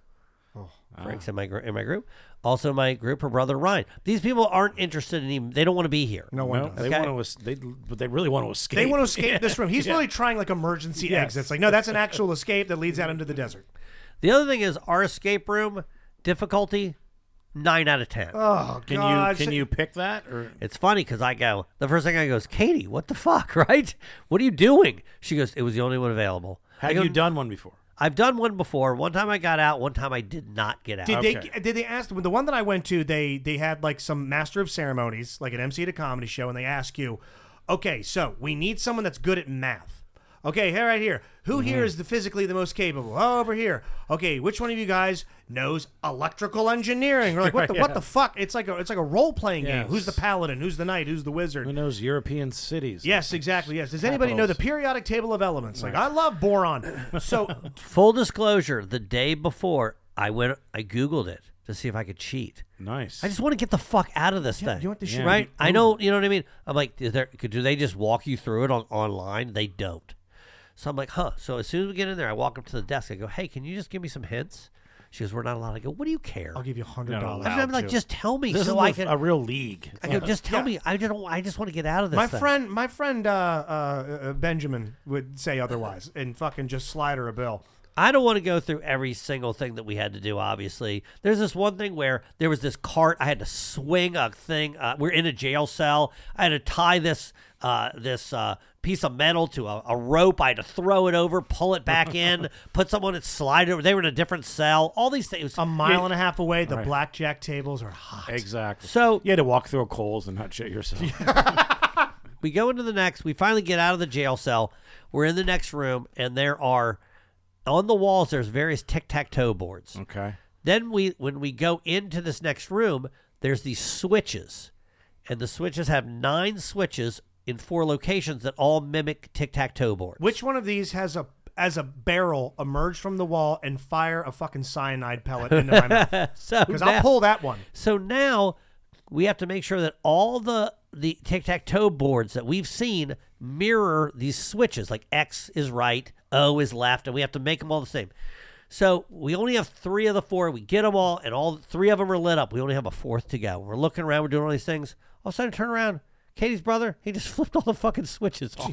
Oh. Frank's in my gr- in my group. Also in my group, her brother Ryan. These people aren't interested in even. They don't want to be here. No one No, does. they Okay. want to. Es- they but they really want to escape. They want to escape this room. He's really trying like emergency Yes. exits. Like, no, that's an actual escape that leads out into the desert. The other thing is our escape room difficulty nine out of ten. Oh Can God! you can so- you pick that or It's funny because I go, the first thing I go is, Katie, what the fuck, right? What are you doing? She goes, it was the only one available. I have go, you done one before? I've done one before. One time I got out, one time I did not get out. Did they Okay. did they ask the one that I went to? They they had like some master of ceremonies, like an MC at a comedy show, and they ask you, okay, so we need someone that's good at math. Okay, here right here. Who Mm-hmm. here is the physically the most capable? Oh, over here. Okay, which one of you guys knows electrical engineering? We're like, what the what the fuck? It's like a it's like a role playing game. Who's the Yes. paladin? Who's the knight? Who's the wizard? Who knows European cities? Yes, exactly. Yes. Does anybody know the Capitals. periodic table of elements? Like, I love boron. So Full disclosure, the day before, I went, I Googled it to see if I could cheat. Nice. I just want to get the fuck out of this thing. you want this shit to right? be I know, you know what I mean? I'm like, is there, could, do they just walk you through it on online? They don't. So I'm like, huh. So as soon as we get in there, I walk up to the desk. I go, hey, can you just give me some hints? She goes, we're not allowed. I go, what do you care? I'll give you hundred No, no, dollars. no. I'm like, to. just tell me this so is I a- can. a real league. I go, just tell me. I don't. I just want to get out of this. My thing." friend, my friend uh, uh, uh, Benjamin would say otherwise and fucking just slide her a bill. I don't want to go through every single thing that we had to do. Obviously, there's this one thing where there was this cart. I had to swing a thing. Uh, we're in a jail cell. I had to tie this uh, this uh, piece of metal to a, a rope. I had to throw it over, pull it back in, put someone and slide it over. They were in a different cell. All these things. A mile and a half away, the blackjack tables are hot. Exactly. So you had to walk through Coles and not shit yourself. We go into the next. We finally get out of the jail cell. We're in the next room, and there are on the walls. There's various tic tac toe boards. okay. Then we, when we go into this next room, there's these switches, and the switches have nine switches in four locations that all mimic tic tac toe boards. Which one of these has a as a barrel emerge from the wall and fire a fucking cyanide pellet into my mouth? so Because now- I'll pull that one. So now we have to make sure that all the the tic tac toe boards that we've seen mirror these switches. Like X is right, O is left, and we have to make them all the same. So we only have three of the four. We get them all, and all three of them are lit up. We only have a fourth to go. We're looking around. We're doing all these things. All of a sudden, turn around. Katie's brother, he just flipped all the fucking switches off.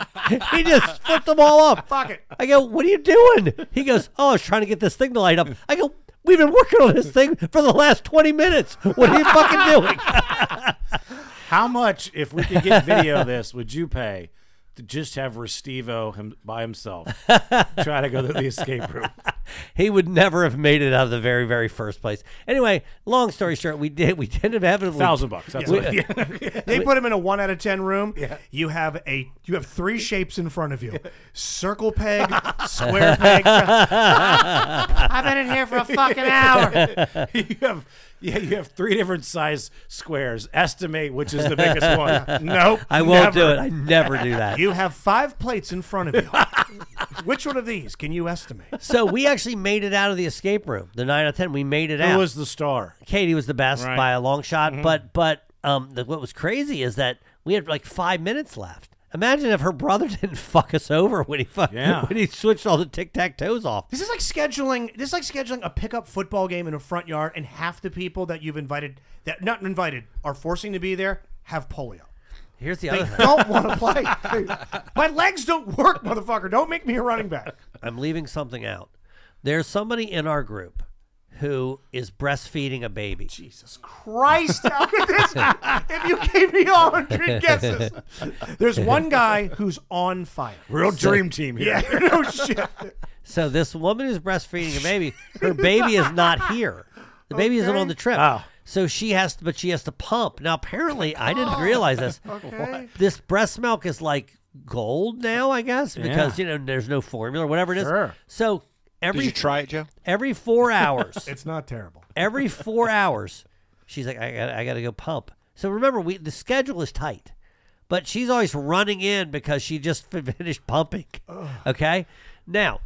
he just flipped them all off. Fuck it. I go, what are you doing? He goes, oh, I was trying to get this thing to light up. I go, we've been working on this thing for the last 20 minutes. What are you fucking doing? How much, if we could get video of this, would you pay to just have Restivo him, by himself try to go through the escape room? he would never have made it out of the very, very first place. Anyway, long story short, we did. We did inevitably. Thousand bucks. That's what it is. They put him in a one out of ten room. You have a you have three shapes in front of you: circle peg, square peg. I've been in here for a fucking hour. you have. Yeah, you have three different size squares. Estimate which is the biggest one. Nope. I won't do Oh, never. it. I never do that. You have five plates in front of you. Which one of these can you estimate? so we actually made it out of the escape room. The nine out of ten, we made it Who out. was the star? Katie was the best Right. Mm-hmm. by a long shot. But but um, the, what was crazy is that we had like five minutes left. Imagine if her brother didn't fuck us over when he fuck, Yeah. when he switched all the tic tac toes off. This is like scheduling. This is like scheduling a pickup football game in a front yard, and half the people that you've invited, that not invited, are forcing to be there, have polio. Here's the They other thing. don't want to play. My legs don't work, motherfucker. Don't make me a running back. I'm leaving something out. There's somebody in our group who is breastfeeding a baby. Jesus Christ, how could this? if you gave me all 100 guesses. There's one guy who's on fire. Real dream team here. Yeah, no shit. So this woman who's breastfeeding a baby, her baby is not here. The baby isn't on the trip. Oh. So she has to, but she has to pump. Now apparently, I Oh. didn't realize this. This breast milk is like gold now, I guess, because you know there's no formula, whatever it is. Sure. So Did every you try it, Joe? every four hours, It's not terrible. every four hours, she's like, I got I got to go pump. So remember, we the schedule is tight, but she's always running in because she just fin- finished pumping. Okay, now,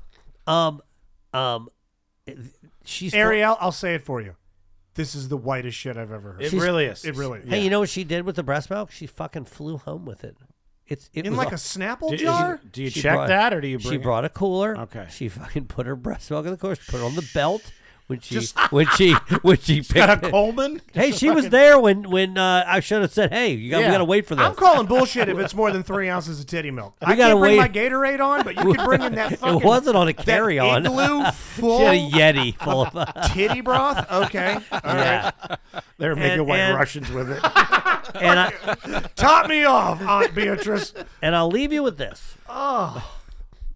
um, um, she's Ariel, I'll say it for you. This is the whitest shit I've ever heard. It really is. It really is. Hey, you know what she did with the breast milk? She fucking flew home with it. It's it In was like a- a Snapple Do, is- jar? do you She check brought- that or do you bring she it? brought a cooler. Okay. She fucking put her breast milk in the cooler. She put it on the belt when she when she when she got picked. a It. Coleman? Hey, she was there when when uh, I should have said, "Hey, you got Yeah. we got to wait for this." I'm calling bullshit if it's more than three ounces of titty milk. I gotta can't bring wait- my Gatorade on, but you could bring in that fucking. it wasn't on a that carry-on. igloo she full had a yeti full of. titty broth. Okay, all right. yeah. They're making And- white and- Russians with it. And I Top me off, Aunt Beatrice. and I'll leave you with this. Oh.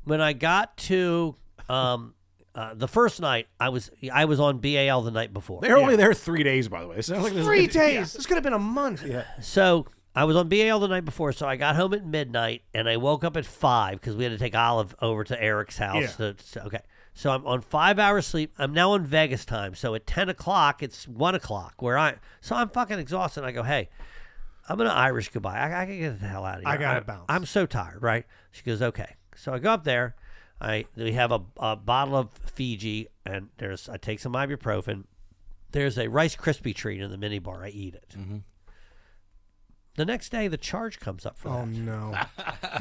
When I got to um, uh, the first night, I was I was on BAL the night before. They're only there three days, by the way. It's not like there's- Three days. This could have been a month. Yeah. So I was on BAL the night before, so I got home at midnight and I woke up at five because we had to take Olive over to Eric's house. Yeah. to- so- okay. So I'm on five hours sleep. I'm now on Vegas time. So at ten o'clock, it's one o'clock where I so I'm fucking exhausted. And I go, hey, I'm gonna Irish goodbye. I, I can get the hell out of here. I gotta I'm- bounce. I'm so tired, right? She goes, okay. So I go up there. I we have a, a bottle of Fiji and there's I take some ibuprofen. There's a Rice Krispie treat in the minibar. I eat it. The next day, the charge comes up for Oh that. no.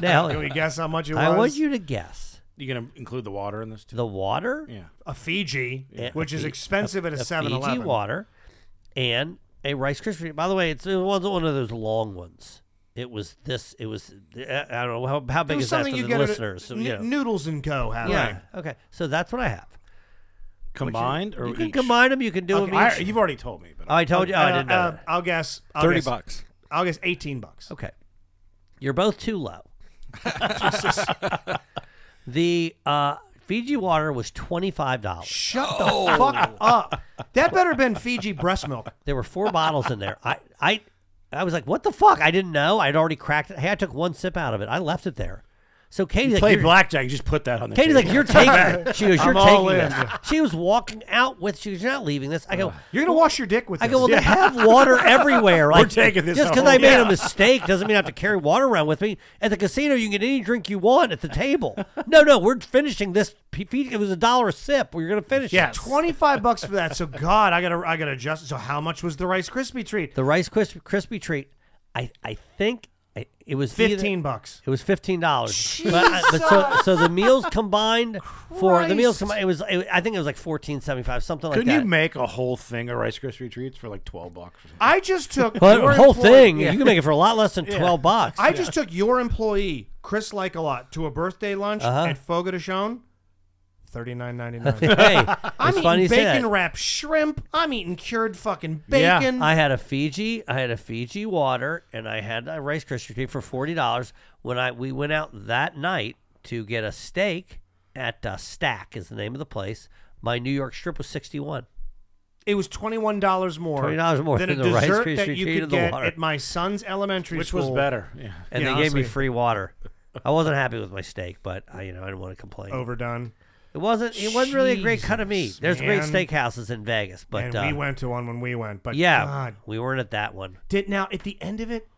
Now, Can we guess how much it was? I want you to guess You gonna include the water in this too? the water, Yeah. a Fiji, Yeah. which is Fi- expensive at a the 7 Fiji Eleven. E water, and a Rice Krispie. By the way, it's, it wasn't one of those long ones. It was this. It was I I don't know how, how big is that for something the you get listeners. at So, N- you know. Noodles and Co. Have yeah. right? Okay. So that's what I have. Combined or You can each? combine them. You can do Okay, them I, each. you've already told me, but oh, I told you. oh, I Uh, didn't know. uh, that. I'll guess I'll Thirty guess- bucks. I'll guess eighteen bucks. Okay. You're both too low. the uh, Fiji water was twenty five dollars. Shut Oh. the fuck up. That better been Fiji breast milk. There were four bottles in there. I, I, I was like, "What the fuck?" I didn't know. I'd already cracked it. Hey, I took one sip out of it. I left it there. So Katie's like, play "You're-" blackjack. You just put that on the Katie's table. like, "You're taking." She goes, I'm "You're all taking in. this." She was walking out with. She goes, "You're not leaving this." I go. You're gonna wash your dick with I this. go, well, they have water everywhere. Like, taking this Just because home. I made Yeah. a mistake doesn't mean I have to carry water around with me. At the casino, you can get any drink you want at the table. no, no, we're finishing this. p- p- It was a dollar a sip. We are going to finish yeah, it. twenty five bucks for that. So God, I gotta I gotta adjust. So how much was the Rice Krispie treat? The Rice Krispie, Krispie treat, I, I think I, it was either- Fifteen bucks. It was fifteen dollars. But, I- but so, so the meals combined for the Christ. meals combined, it was it, I think it was like fourteen seventy five something like Couldn't that. you make a whole thing of Rice Krispie treats for like twelve bucks? Or something? I just took but your the whole employee- thing you can make it for a lot less than twelve bucks. I just took your employee, Chris Likelot, to a birthday lunch at Fogo de Chão. Thirty nine ninety nine. hey, I'm Uh-huh. it's eating funny you say that. bacon wrapped shrimp. I'm eating cured fucking Yeah, bacon. I had a Fiji, I had a Fiji water, and I had a Rice Krispie treat for forty dollars. When I we went out that night to get a steak at uh, Stack is the name of the place. My New York strip was sixty one. It was twenty one dollars more. $21 more than, than a the Rice dessert Krispie that you treat could of the get water. at my son's elementary Which school. was better? Yeah. and Yeah, they gave me honestly. free water. I wasn't happy with my steak, but I, you know, I didn't want to complain. Overdone. It wasn't. It wasn't really a great cut of meat. Jesus, There's great man. steakhouses in Vegas, but and uh, we went to one when we went. But yeah, God, we weren't at that one. did now at the end of it.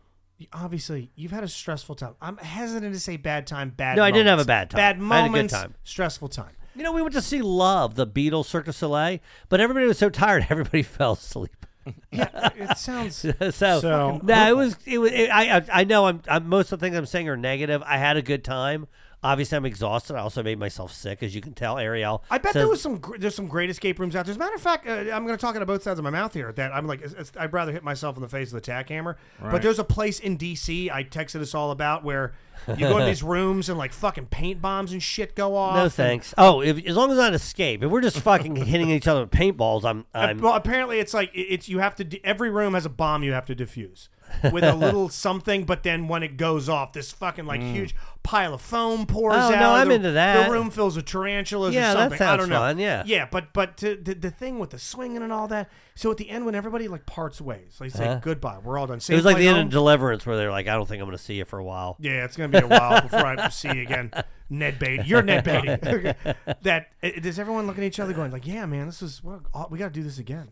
Obviously, you've had a stressful time. I'm hesitant to say bad time, bad. No, I didn't have moments. a bad time. Bad I had a good moments, time. stressful time. You know, we went to see Love, the Beatles, Cirque du Soleil, but everybody was so tired, everybody fell asleep. Yeah, it sounds. so So- no, it was. It was. It, I, I I know. I'm. I'm. Most of the things I'm saying are negative. I had a good time. Obviously, I'm exhausted. I also made myself sick, as you can tell. Ariel, I bet says- there was some. gr- There's some great escape rooms out there. As a matter of fact, uh, I'm going to talk out of both sides of my mouth here. That I'm like, it's, it's- I'd rather hit myself in the face with a tack hammer. But Right. there's a place in D.C. I texted us all about where you go in these rooms and like fucking paint bombs and shit go off. No and- thanks. Oh, if, as long as I escape. If we're just fucking hitting each other with paintballs, I'm. Uh, I'm well, apparently it's like it- it's you have to. De- every room has a bomb you have to defuse with a little something. But then when it goes off, this fucking like huge pile of foam pours Mm. Oh, out. no, I'm the, into that. The room fills with tarantulas. Yeah, or that something. I sounds don't know. fun, yeah. yeah, but but to, the, the thing with the swinging and all that. So at the end, when everybody like parts ways, they say goodbye. We're all done. Uh-huh. it Same was like flight the end home. of Deliverance, where they're like, "I don't think I'm going to see you for a while." Yeah, it's gonna be a while before I see you again. Ned Beatty, you're Ned Beatty. that i- does everyone look at each other going like, "Yeah, man, this is we're, all- we got to do this again."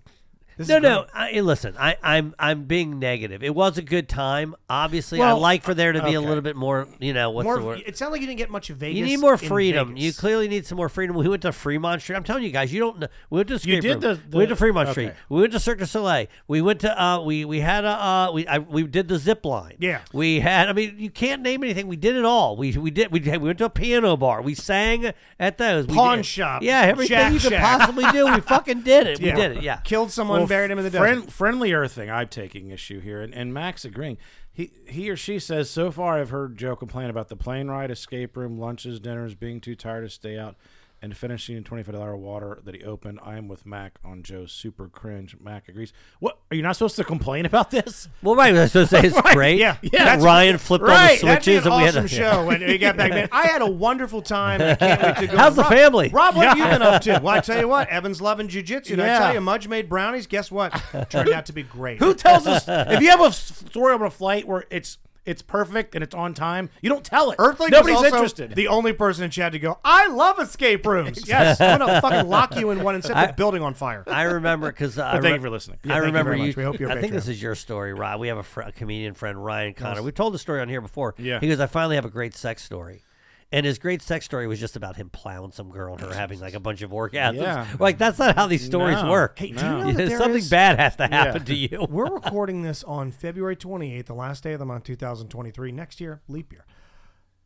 This No, is great. no. I, listen, I, I'm I'm being negative. It was a good time. Obviously, I Well, like for there to be a okay. little bit more. You know, what's more, the word? It sounded like you didn't get much of Vegas. You need more in freedom. You Vegas. clearly need some more freedom. We went to Fremont Street. I'm telling you guys, you don't know. We went to escape did room. the- we went to the- Fremont okay. Street. We went to Cirque du Soleil. We went to uh, we we had a uh, we I, we did the zip line. Yeah. we had. I mean, you can't name anything. We did it all. We we did. We, we went to a piano bar. We sang at those We Pawn did- shop. Yeah, everything Shack you could shack. possibly do. We fucking did it. Yeah. We did it. Yeah. killed someone, Well, buried him in the friend- desert. Friendly earthing, I'm taking issue here, and, and Max agreeing. He he or she says so far I've heard Joe complain about the plane ride, escape room, lunches, dinners, being too tired to stay out, and finishing in twenty five dollar water that he opened. I am with Mac on Joe's super cringe. Mac agrees. What are you not supposed to complain about this? Well, right. I was supposed to say it's great. Yeah, yeah. That That's- Ryan flipped Right, all the that'd be switches, an and we had awesome a show when we got back. Man, I had a wonderful time. I can't wait to go. How's the Rob- family? Rob, what have you been up to? Well, I tell you what, Evan's loving jujitsu. And I Yeah. tell you, Mudge made brownies. Guess what? Turned out to be great. Who tells us if you have a s- story about a flight where it's it's perfect and it's on time? You don't tell it. Earthling Nobody's was also interested. the only person in chat to go, I love escape rooms. Yes, I'm going to fucking lock you in one and set the building on fire. I remember because I thank re- you for listening. I thank you remember very you. much. We hope you're a I think patron. this is your story, Rob. We have a, fr- a comedian friend, Ryan Connor. We've told the story on here before. Yeah. He goes, I finally have a great sex story. And his great sex story was just about him plowing some girl and her having like a bunch of orgasms. Yeah. Like, that's not how these stories No. work. Hey, do you No. know that there Something is- bad has to happen to you. We're recording this on February 28th, the last day of the month, 2023. Next year, leap year.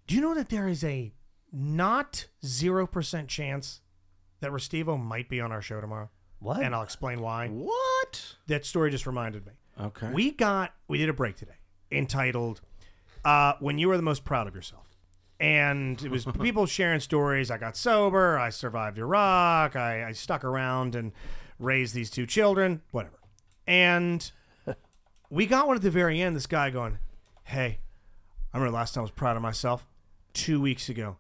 Do you know that there is a not 0% chance that Restivo might be on our show tomorrow? What? And I'll explain why. what? That story just reminded me. Okay. We got, we did a break today entitled uh, When You Were the Most Proud of Yourself. And it was people sharing stories. I got sober. I survived Iraq. I, I stuck around and raised these two children, whatever. And we got one at the very end. This guy going, Hey, I remember last time I was proud of myself two weeks ago.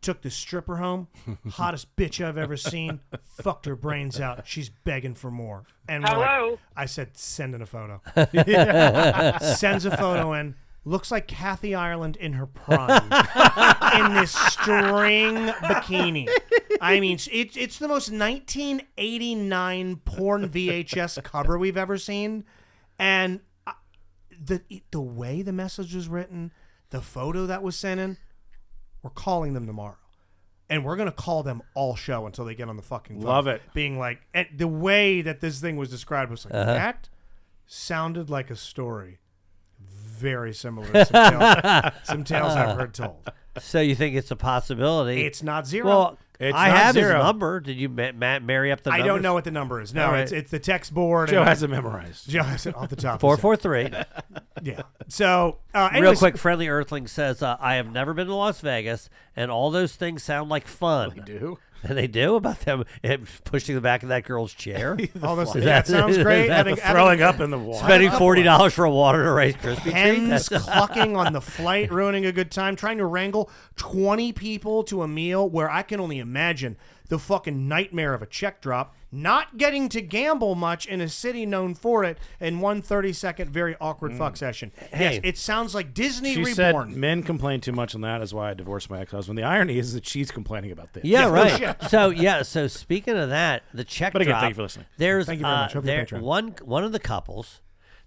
Took the stripper home, hottest bitch I've ever seen, fucked her brains out. She's begging for more. And we're like- I said, send in a photo. Sends a photo in. Looks like Kathy Ireland in her prime in this string bikini. I mean, it's it's the most 1989 porn VHS cover we've ever seen, and I- the the way the message was written, the photo that was sent in, we're calling them tomorrow, and we're gonna call them all show until they get on the fucking phone. Love it. Being like and the way that this thing was described was like that sounded like a story. Very similar to some tales, some tales I've heard told. so you think it's a possibility? It's not zero. Well, It's I not have his zero. number. Did you ma- ma- marry up the I numbers? don't know what the number is. No, All right. it's it's the text board. Joe and- has it memorized. Joe has it off the top. of his head. 443. Yeah. So uh, Real anyways, quick, Friendly Earthling says, uh, I have never been to Las Vegas, and all those things sound like fun. They do? And they do about them eh, pushing the back of that girl's chair. All those, that sounds great. That's Having, Throwing having up in the water. Spending $40 for a water to raise Krispy Kreme. hens That's- clucking on the flight, ruining a good time, trying to wrangle twenty people to a meal where I can only imagine the fucking nightmare of a check drop. Not getting to gamble much in a city known for it, and one 30 second very awkward fuck session. Hey. Yes, it sounds like Disney Mm. She reborn. said men complain too much on that is why I divorced my ex-husband. The irony is that she's complaining about this. Yeah, no right. shit. So yeah, so speaking of that, the check. But again, drop, thank you for listening. There's Thank you very uh, much. Hope you there- Patreon. one one of the couples.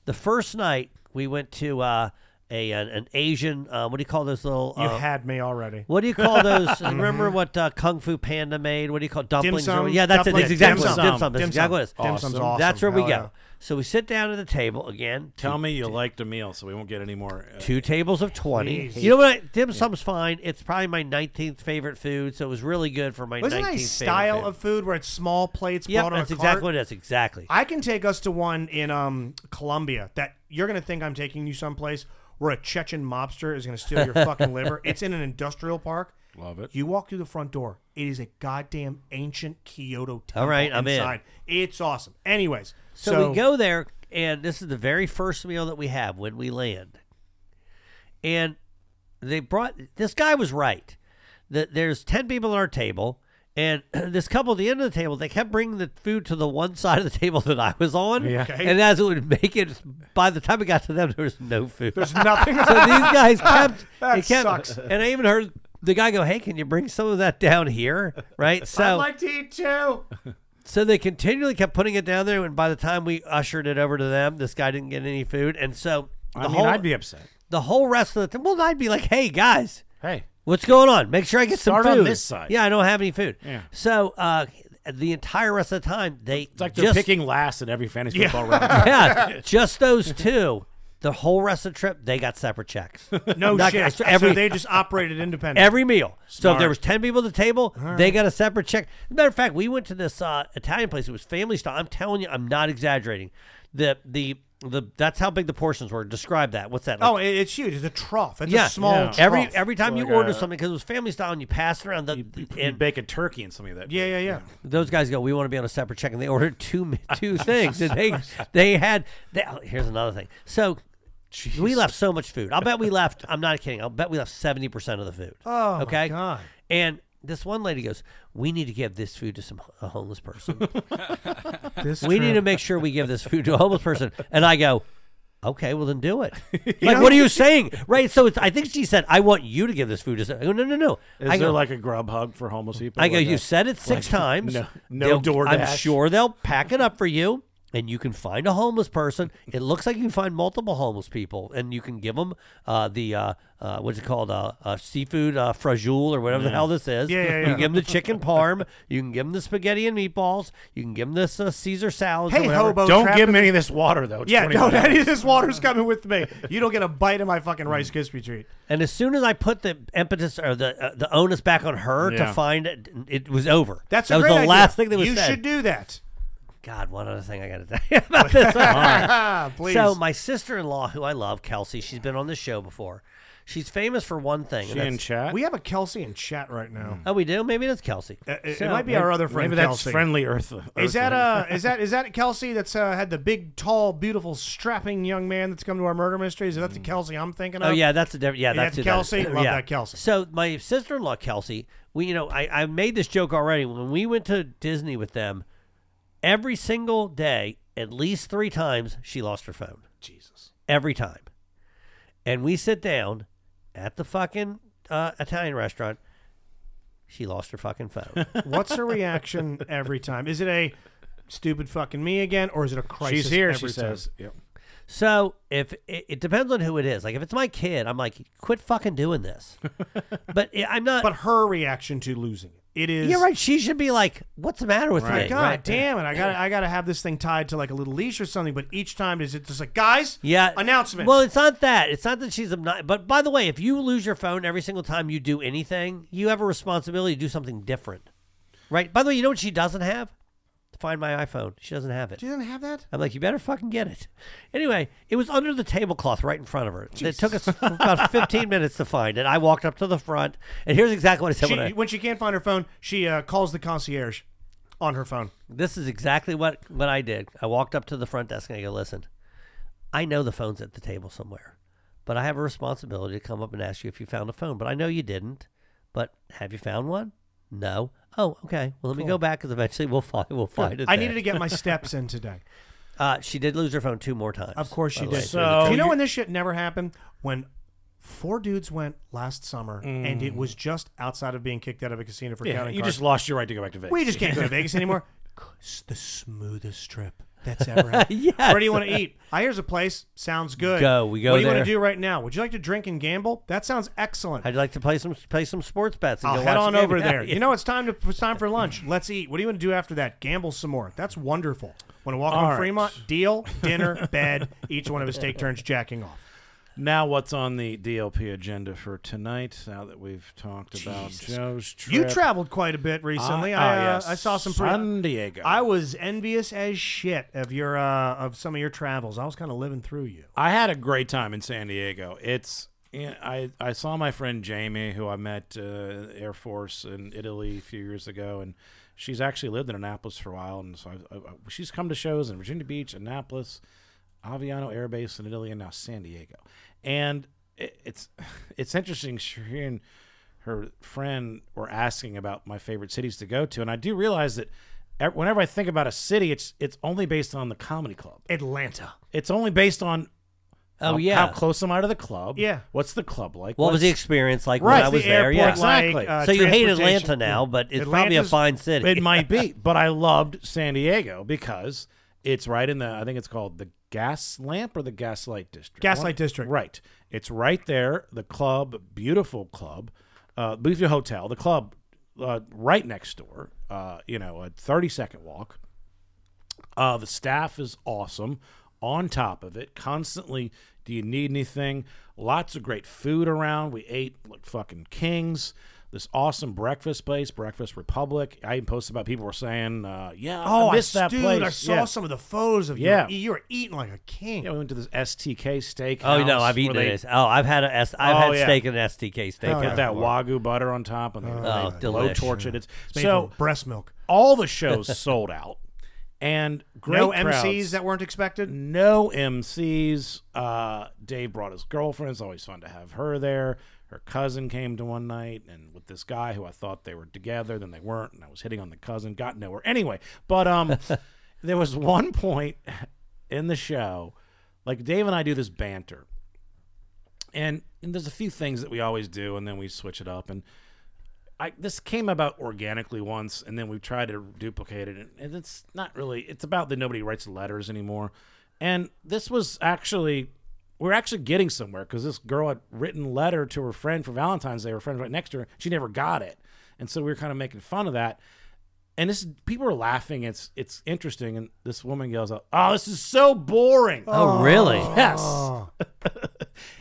The first night we went to uh, a an, an Asian. Uh, what do you call those little? You uh, had me already. What do you call those? remember what uh, Kung Fu Panda made? What do you call dumplings? or- Mm-hmm. sum? yeah, that's Dumpling- it. That's exactly dim what it sum. is. Dim sum. That's Dim exactly sum. what it is. Dim sum's Awesome. That's where awesome. we Hell go. yeah. So we sit down at the table again. Tell me you liked the meal, so we won't get any more. uh, Two tables of twenty. Jeez. You know what? Dim sum's fine. It's probably my nineteenth favorite food, so it was really good for my Wasn't that a 19th style favorite of food where it's small plates food. Yep, brought on that's a exactly cart? what it is. Exactly. I can take us to one in um Colombia that you're gonna think I'm taking you someplace where a Chechen mobster is gonna steal your fucking liver. It's in an industrial park. Love it. You walk through the front door. It is a goddamn ancient Kyoto temple. All right, I'm in. inside. It's awesome. Anyways, So, we go there, and this is the very first meal that we have when we land. And they brought this guy was right. That there's ten people at our table, and this couple at the end of the table, they kept bringing the food to the one side of the table that I was on. Yeah. Okay. And as it would make it, by the time it got to them, there was no food. There's nothing. so these guys kept. That they kept sucks. And I even heard the guy go, "Hey, can you bring some of that down here?" Right. So I'd like to eat too. so they continually kept putting it down there, and by the time we ushered it over to them, this guy didn't get any food, and so the I mean, whole I'd be upset. the whole rest of the time, well, I'd be like, "Hey guys, Hey, what's going on? Make sure I get Start some on food." this side. Yeah, I don't have any food. Yeah. So uh, the entire rest of the time, they it's like they're just, picking last in every fantasy football round. Yeah, just those two. The whole rest of the trip, they got separate checks. No Not- shit. so every- so they just operated independently. Every meal. So if Smart. there was ten people at the table, they got a separate check. Matter of fact, we went to this uh, Italian place. It was family style. I'm telling you, I'm not exaggerating. The the the that's how big the portions were. Describe that. What's that? oh, it, it's huge. It's a trough. It's yeah. a small trough. Every every time Like you order a- something because it was family style and you pass it around the and and bake a turkey and something like that. yeah, yeah, yeah. those guys go, we want to be on a separate check, and they ordered two mi- two things. And they they had. They, oh, here's another thing. So. We left so much food. I'll bet we left. I'm not kidding. I'll bet we left seventy percent of the food. Oh, my okay. God. And this one lady goes, "We need to give this food to some a homeless person. This we need to make sure we give this food to a homeless person." And I go, "Okay, well then do it." like, what are you saying? Right? So it's, I think she said, "I want you to give this food to." Some-. I go, "No, no, no." Is I there go, like a grub hug for homeless people? I go, Like you a- said it six like, times. No, no They'll- DoorDash. I'm sure they'll pack it up for you, and you can find a homeless person. It looks like you can find multiple homeless people, and you can give them uh, the uh, uh, what's it called, uh, uh, seafood uh, frajoule or whatever the hell this is. Yeah, yeah, You yeah. can give them the chicken parm. You can give them the spaghetti and meatballs. You can give them this uh, Caesar salad. Hey, hobo. Don't trap give them any of this water though. It's Yeah, $21. don't any of this water's coming with me. You don't get a bite of my fucking Rice Krispie treat. And as soon as I put the impetus or the uh, the onus back on her Yeah. to find it, it was over. That's that a was great the idea. last thing that was You said. should do that. God, one other thing I got to tell you about this. Uh, Ah, please. So my sister-in-law, who I love, Kelsey, she's been on this show before. She's famous for one thing. She and in that's- chat. we have a Kelsey in chat right now. oh, we do. Maybe that's Kelsey. Uh, it, it might be our other friend Hmm. Maybe that's Kelsey. friendly Earth. Is that Earthling. uh is that is that Kelsey that's uh, had the big, tall, beautiful, strapping young man that's come to our murder mysteries? Is Hmm. that the Kelsey I'm thinking of? Oh yeah, that's a different. Yeah, Yeah, that's, that's who that is. Kelsey. Love yeah. that Kelsey. So my sister-in-law Kelsey, we you know I, I made this joke already when we went to Disney with them. Every single day, at least three times, she lost her phone. Jesus. Every time, and we sit down at the fucking uh, Italian restaurant. She lost her fucking phone. What's her reaction every time? Is it a stupid fucking me again, or is it a crisis? She's here. She every time? says. Yep. So if it, it depends on who it is. Like if it's my kid, I'm like, quit fucking doing this. but I- I'm not. But her reaction to losing it, it is. you're right. She should be like, what's the matter with me? God right? damn it! I got to I got to have this thing tied to like a little leash or something. But each time, is it just like guys? Yeah. Announcements. Well, it's not that. It's not that she's obnoxious. But by the way, if you lose your phone every single time you do anything, you have a responsibility to do something different. Right? By the way, you know what she doesn't have? Find my iPhone. She doesn't have it. she doesn't have that. I'm like, you better fucking get it. Anyway, it was under the tablecloth right in front of her. It took us about 15 minutes to find it. I walked up to the front, and here's exactly what I said. She, when I, when she can't find her phone, she uh, calls the concierge on her phone. this is exactly what, what I did. I walked up to the front desk and I go, listen, I know the phone's at the table somewhere, but I have a responsibility to come up and ask you if you found a phone. But I know you didn't. But have you found one? No. Oh, okay. Well, let me go back because eventually we'll find we'll find it. I there." needed to get my steps in today. Uh, she did lose her phone two more times. Of course by she the way, did. through the you know when this shit never happened? When four dudes went last summer, and Mm. it was just outside of being kicked out of a casino for Yeah. counting You cards. just lost your right to go back to Vegas. we just can't go to Vegas anymore. It's the smoothest trip. That's never happened. Yes. Where do you want to eat? I here's a place. Sounds good. Go, we go What do you there. want to do right now? Would you like to drink and gamble? That sounds excellent. I'd like to play some play some sports bets. And I'll go head watch on the game. over Yeah, there. yeah. You know, it's time to it's time for lunch. Let's eat. What do you want to do after that? Gamble some more. That's wonderful. Want to walk All on right. Fremont? Deal, dinner, bed. Each one of us take turns jacking off. Now, what's on the DLP agenda for tonight? Now that we've talked about Joe's trip, You traveled quite a bit recently. Ah, I, ah, uh, yes. I saw some. Pre- San Diego. I was envious as shit of your uh, of some of your travels. I was kind of living through you. I had a great time in San Diego. It's you know, I I saw my friend Jamie, who I met uh, Air Force in Italy a few years ago, and she's actually lived in Annapolis for a while, and so I, I, she's come to shows in Virginia Beach, Annapolis, Aviano Air Base in Italy, and now San Diego. And it, it's it's interesting. She and her friend were asking about my favorite cities to go to, and I do realize that. ev- Whenever I think about a city, it's it's only based on the comedy club. Atlanta. It's only based on Oh how, yeah. how close am I to the club? Yeah. What's the club like? what was What's- the experience like Right, when I the was there? airport, Yeah. like, Exactly. So you hate uh, transportation. Atlanta now, but it's probably a Atlanta's- fine city. It might be, but I loved San Diego because it's right in the. I think it's called the Gas Lamp or the Gaslight District. Gaslight One- District. Right. It's right there. The club, beautiful club, uh, beautiful hotel. The club, uh, right next door. Uh, you know, a thirty second walk. Uh, the staff is awesome. On top of it, constantly, do you need anything? Lots of great food around. We ate like fucking kings. This awesome breakfast place, Breakfast Republic. I even posted about people were saying, uh, "Yeah, Oh, I missed that dude, place." I saw yeah. some of the photos of Yeah. you. You were eating like a king. Yeah, we went to this STK steakhouse. Oh no, I've where eaten they at S- Oh, I've had a S- I've Oh, had yeah. Oh, steak at an STK steak. Put that wagyu butter on top and they, Oh, they low delish. torch it. It's, Made so from breast milk. all the shows sold out, and great no crowds. MCs that weren't expected. no MCs. Uh, Dave brought his girlfriend. It's always fun to have her there. Her cousin came to one night and with this guy who I thought they were together, then they weren't, and I was hitting on the cousin. Got nowhere. Anyway, but um, there was one point in the show, like Dave and I do this banter, and, and there's a few things that we always do, and then we switch it up and. I, this came about organically once, and then we tried to duplicate it, and, and it's not really. It's about that nobody writes letters anymore, and this was actually we're actually getting somewhere because this girl had written a letter to her friend for Valentine's Day. Her friend right next to her, she never got it, and so we were kind of making fun of that. And this people are laughing. It's it's interesting, and this woman yells out, "Oh, this is so boring!" Oh really? Yes.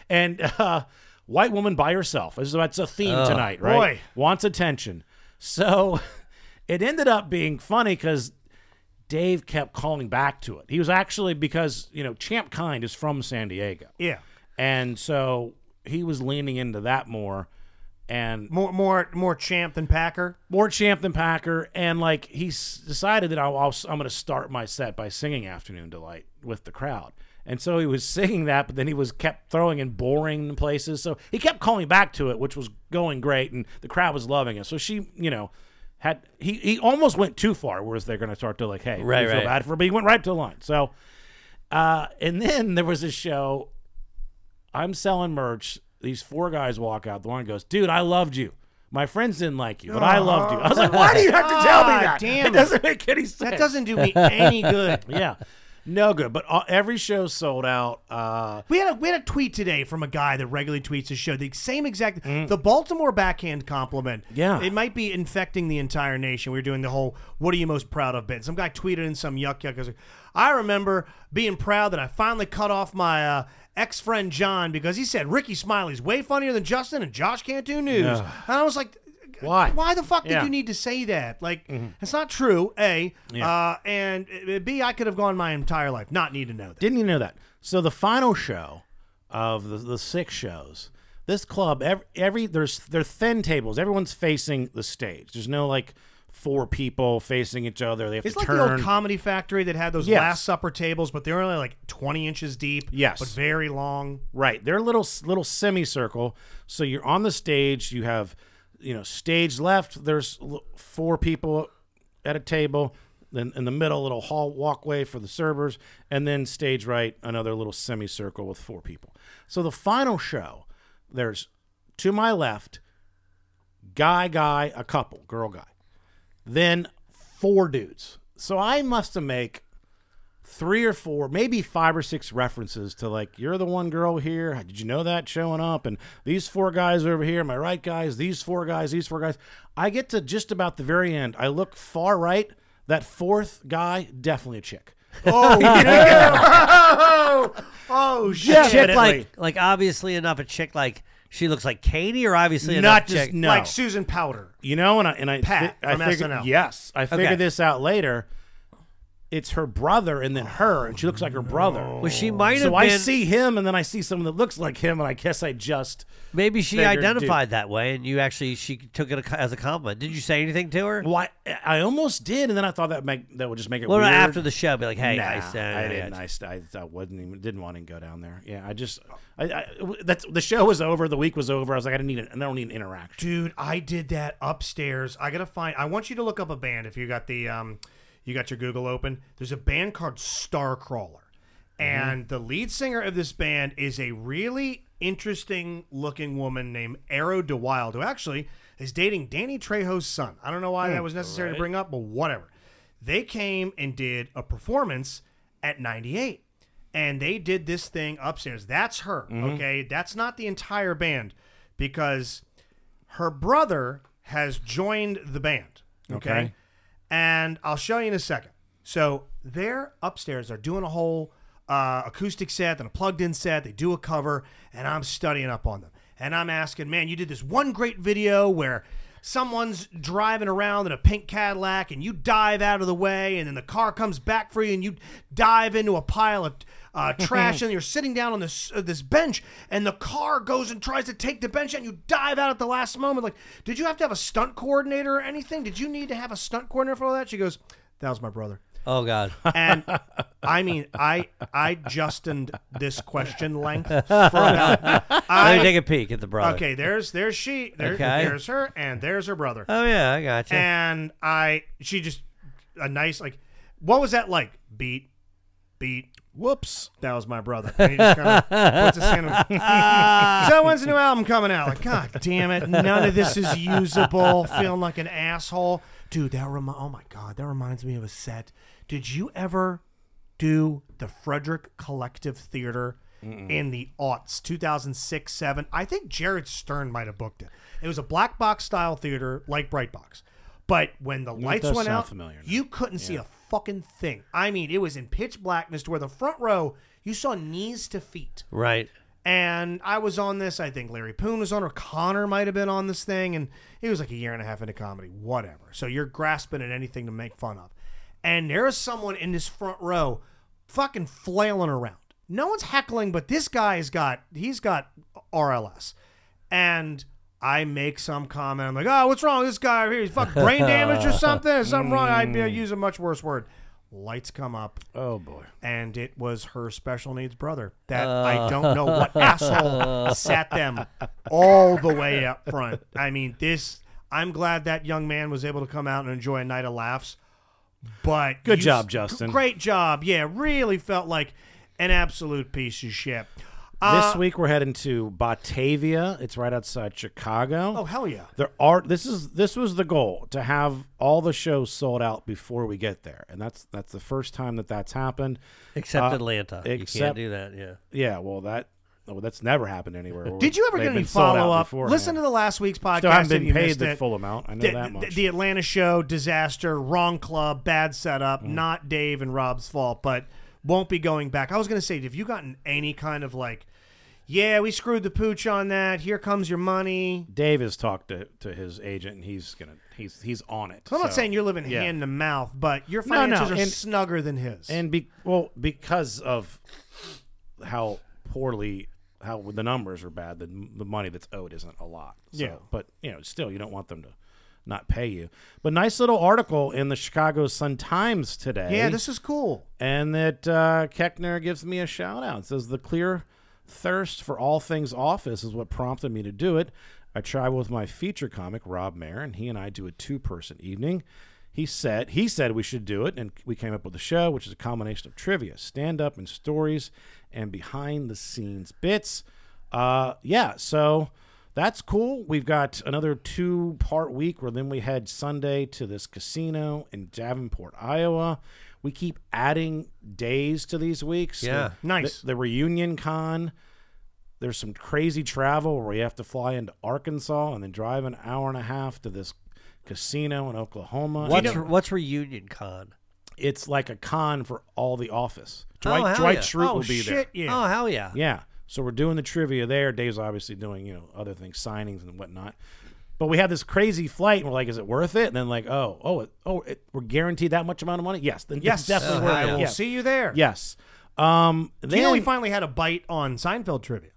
and uh, white woman by herself. This is that's a theme tonight, right? boy. Wants attention. So it ended up being funny because Dave kept calling back to it. He was actually because you know Champ Kind is from San Diego, Yeah, and so he was leaning into that more. And more more more champ than Packer. more champ than Packer, and like he s- decided that I'll, I'll, I'm going to start my set by singing "Afternoon Delight" with the crowd, and so he was singing that, but then he was kept throwing in boring places, so he kept calling back to it, which was going great, and the crowd was loving it. So she, you know, had he he almost went too far, whereas they're going to start to like, hey, Right, we feel right. bad for, her, but he went right to the line. So, uh, and then there was a show I'm selling merch. These four guys walk out. The one goes, "Dude, I loved you. My friends didn't like you, but I loved you." I was like, "Why do you have to tell me Ah, that? damn it it. doesn't make any sense." That doesn't do me any good. yeah, no good. But all, every show sold out. Uh, We had a we had a tweet today from a guy that regularly tweets his show. The same exact the Baltimore backhand compliment. Mm. Yeah. it might be infecting the entire nation. We were doing the whole "What are you most proud of?" bit. Some guy tweeted in some yuck yuck. I, was like, I remember being proud that I finally cut off my uh, ex friend John because he said Ricky Smiley's way funnier than Justin and Josh can't do news. And I was like. Why? Why the fuck did Yeah. Mm-hmm. you need to say that? Like, it's not true. A, uh, and uh, B, I could have gone my entire life not need to know that. Didn't you know that? So the final show of the, the six shows, this club, every, every there's they're thin tables. Everyone's facing the stage. There's no like four people facing each other. They have It's to like turn. the old Comedy Factory that had those Yes. Last Supper tables, but they're only like twenty inches deep. Yes. but very long. Right. They're a little little semicircle. So you're on the stage. You have, you know, stage left. There's l- four people at a table. Then in the middle, a little hall walkway for the servers, and then stage right, another little semicircle with four people. So the final show, there's to my left, guy, guy, a couple, girl, guy, then four dudes. So I must have make three or four, maybe five or six references to like you're the one girl here. Did you know that showing up? And these four guys over here, my right guys, these four guys, these four guys. I get to just about the very end. I look far right. That fourth guy, definitely a chick. Oh, yeah. oh, shit. Yeah, Chick definitely. like like obviously enough a chick like she looks like Katie or obviously Not enough just chick. no. Like Susan Powder. You know, and I and I, Pat fi- I from figured SNL. yes, I figured Okay. this out later. It's her brother and then her, and she looks like her brother. Oh, well, she might So have been. I see him, and then I see someone that looks like him, and I guess I just Maybe she figured, identified that way, and you actually she took it a- as a compliment. Did you say anything to her? why I almost did, and then I thought that make, that would just make it Well, weird. after the show, be like, hey, uh, Nah, I, said- I didn't. I, st- I, I wasn't even didn't want to go down there. Yeah, I just I, I that's the show was over. The week was over. I was like, I didn't need. An, I don't need an interaction. Dude, I did that upstairs. I gotta find. I want you to look up a band if you got the um, you got your Google open. There's a band called Starcrawler, and the lead singer of this band is a really interesting looking woman named Arrow DeWild, who actually is dating Danny Trejo's son. I don't know why that was necessary to bring up, but whatever. They came and did a performance at 98 and they did this thing upstairs. That's her, okay? That's not the entire band because her brother has joined the band, okay? Okay. And I'll show you in a second. So they're upstairs, they're doing a whole uh, acoustic set and a plugged in set. They do a cover, and I'm studying up on them. And I'm asking, man, you did this one great video where someone's driving around in a pink Cadillac and you dive out of the way, and then the car comes back for you, and you dive into a pile of uh, trash, and you're sitting down on this uh, this bench, and the car goes and tries to take the bench, and you dive out at the last moment. Like, did you have to have a stunt coordinator or anything? Did you need to have a stunt coordinator for all that? She goes, "That was my brother." Oh God, And I mean, I I Justined this question length for about. let me I, take a peek at the brother. okay, there's there's she, there, Okay. there's her, and there's her brother. Oh yeah, I got you. And I, she just a nice like, what was that like? Beat, beat. Whoops, that was my brother. And he just kinda puts his hand on- so when's the new album coming out? Like, God damn it, none of this is usable. Feeling like an asshole, dude. That remi- oh my god, that reminds me of a set. Did you ever do the Frederick Collective Theater in the aughts, 2006, 7. I think Jared Stern might have booked it. It was a black box style theater like Bright Box. But when the lights does went sound out, familiar now. you couldn't see a fucking thing. I mean, it was in pitch blackness to where the front row, you saw knees to feet. right. And I was on this. I think Larry Poon was on, or Connor might have been on this thing. And he was like a year and a half into comedy, whatever. So you're grasping at anything to make fun of. And there is someone in this front row fucking flailing around. No one's heckling, but this guy's got, he's got RLS. And I make some comment. I'm like, oh, what's wrong? with This guy over here, he's fucking brain damaged or something. There's something wrong. I'd uh, use a much worse word. Lights come up Oh boy. and it was her special needs brother that Uh. I don't know what asshole sat them all the way up front. I mean, this. I'm glad that young man was able to come out and enjoy a night of laughs. But Good you- job, Justin. Great job. Yeah, really felt like an absolute piece of shit. uh, this week we're heading to Batavia. It's right outside Chicago. Oh hell yeah. There are this is this was the goal to have all the shows sold out before we get there, and that's that's the first time that that's happened. Except Uh, Atlanta, you except- can't do that. Yeah. Yeah, well that well, that's never happened anywhere. where Did you ever they've get any been sold out follow up? beforehand. Listen to the last week's podcast. Still haven't if been you paid missed the it. full amount. I know the, that the- much. the Atlanta show, disaster, wrong club, bad setup, Mm. not Dave and Rob's fault, but won't be going back. I was going to say, have you gotten any kind of like, yeah, we screwed the pooch on that. Here comes your money. Dave has talked to, to his agent, and he's gonna he's he's on it. I'm not so- saying you're living yeah. hand to mouth, but your No, no, finances are and- snugger than his. and be well because of how poorly how the numbers are bad the, the money that's owed isn't a lot so, Yeah. but you know still you don't want them to not pay you but nice little article in the chicago sun times today yeah, this is cool. and that uh, Keckner gives me a shout out. It says the clear thirst for all things office is what prompted me to do it. I travel with my feature comic Rob Mayer, and he and I do a two-person evening. He said he said we should do it, and we came up with a show, which is a combination of trivia, stand-up, and stories, and behind-the-scenes bits. Uh, yeah, so that's cool. We've got another two part week where then we head Sunday to this casino in Davenport, Iowa. we keep adding days to these weeks. Yeah. The- Nice. The, the reunion con. There's some crazy travel where you have to fly into Arkansas and then drive an hour and a half to this casino in Oklahoma. What's what's reunion con? it's like a con for all the office. Oh, Dwight, hell Dwight yeah. Schrute oh will be there. shit! Yeah. Oh hell yeah! Yeah. So we're doing the trivia there. Dave's obviously doing, you know, other things, signings and whatnot. But we had this crazy flight, and we're like, "Is it worth it?" And then like, "Oh, oh, it, oh, it, we're guaranteed that much amount of money." Yes, then yes, it's definitely Oh, worth hell it. Uh, I will Yeah. see you there. Yes. Um, Then then we finally had a bite on Seinfeld trivia.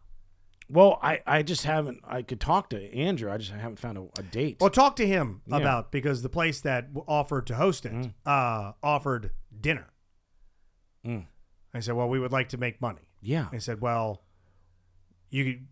well, I, I just haven't. I could talk to Andrew. I just haven't found a, a date. Well, talk to him about because the place that w- offered to host it Mm. uh, offered dinner. Mm. I said, "Well, we would like to make money." yeah. They said, "Well, you could,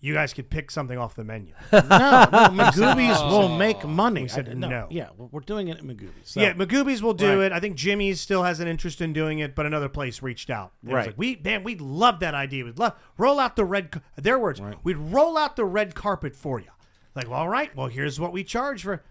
you guys could pick something off the menu." no, no, Magoobies will make money. We said I- no. Yeah, we're we're doing it at Magoobies. So- yeah, Magoobies will do Right. it. I think Jimmy's still has an interest in doing it, but another place reached out. It was Right. like, we man, we love that idea. We'd love roll out the red. ca- Their words. We'd roll out the red carpet for you. Like, well, all right. Well, here's what we charge for.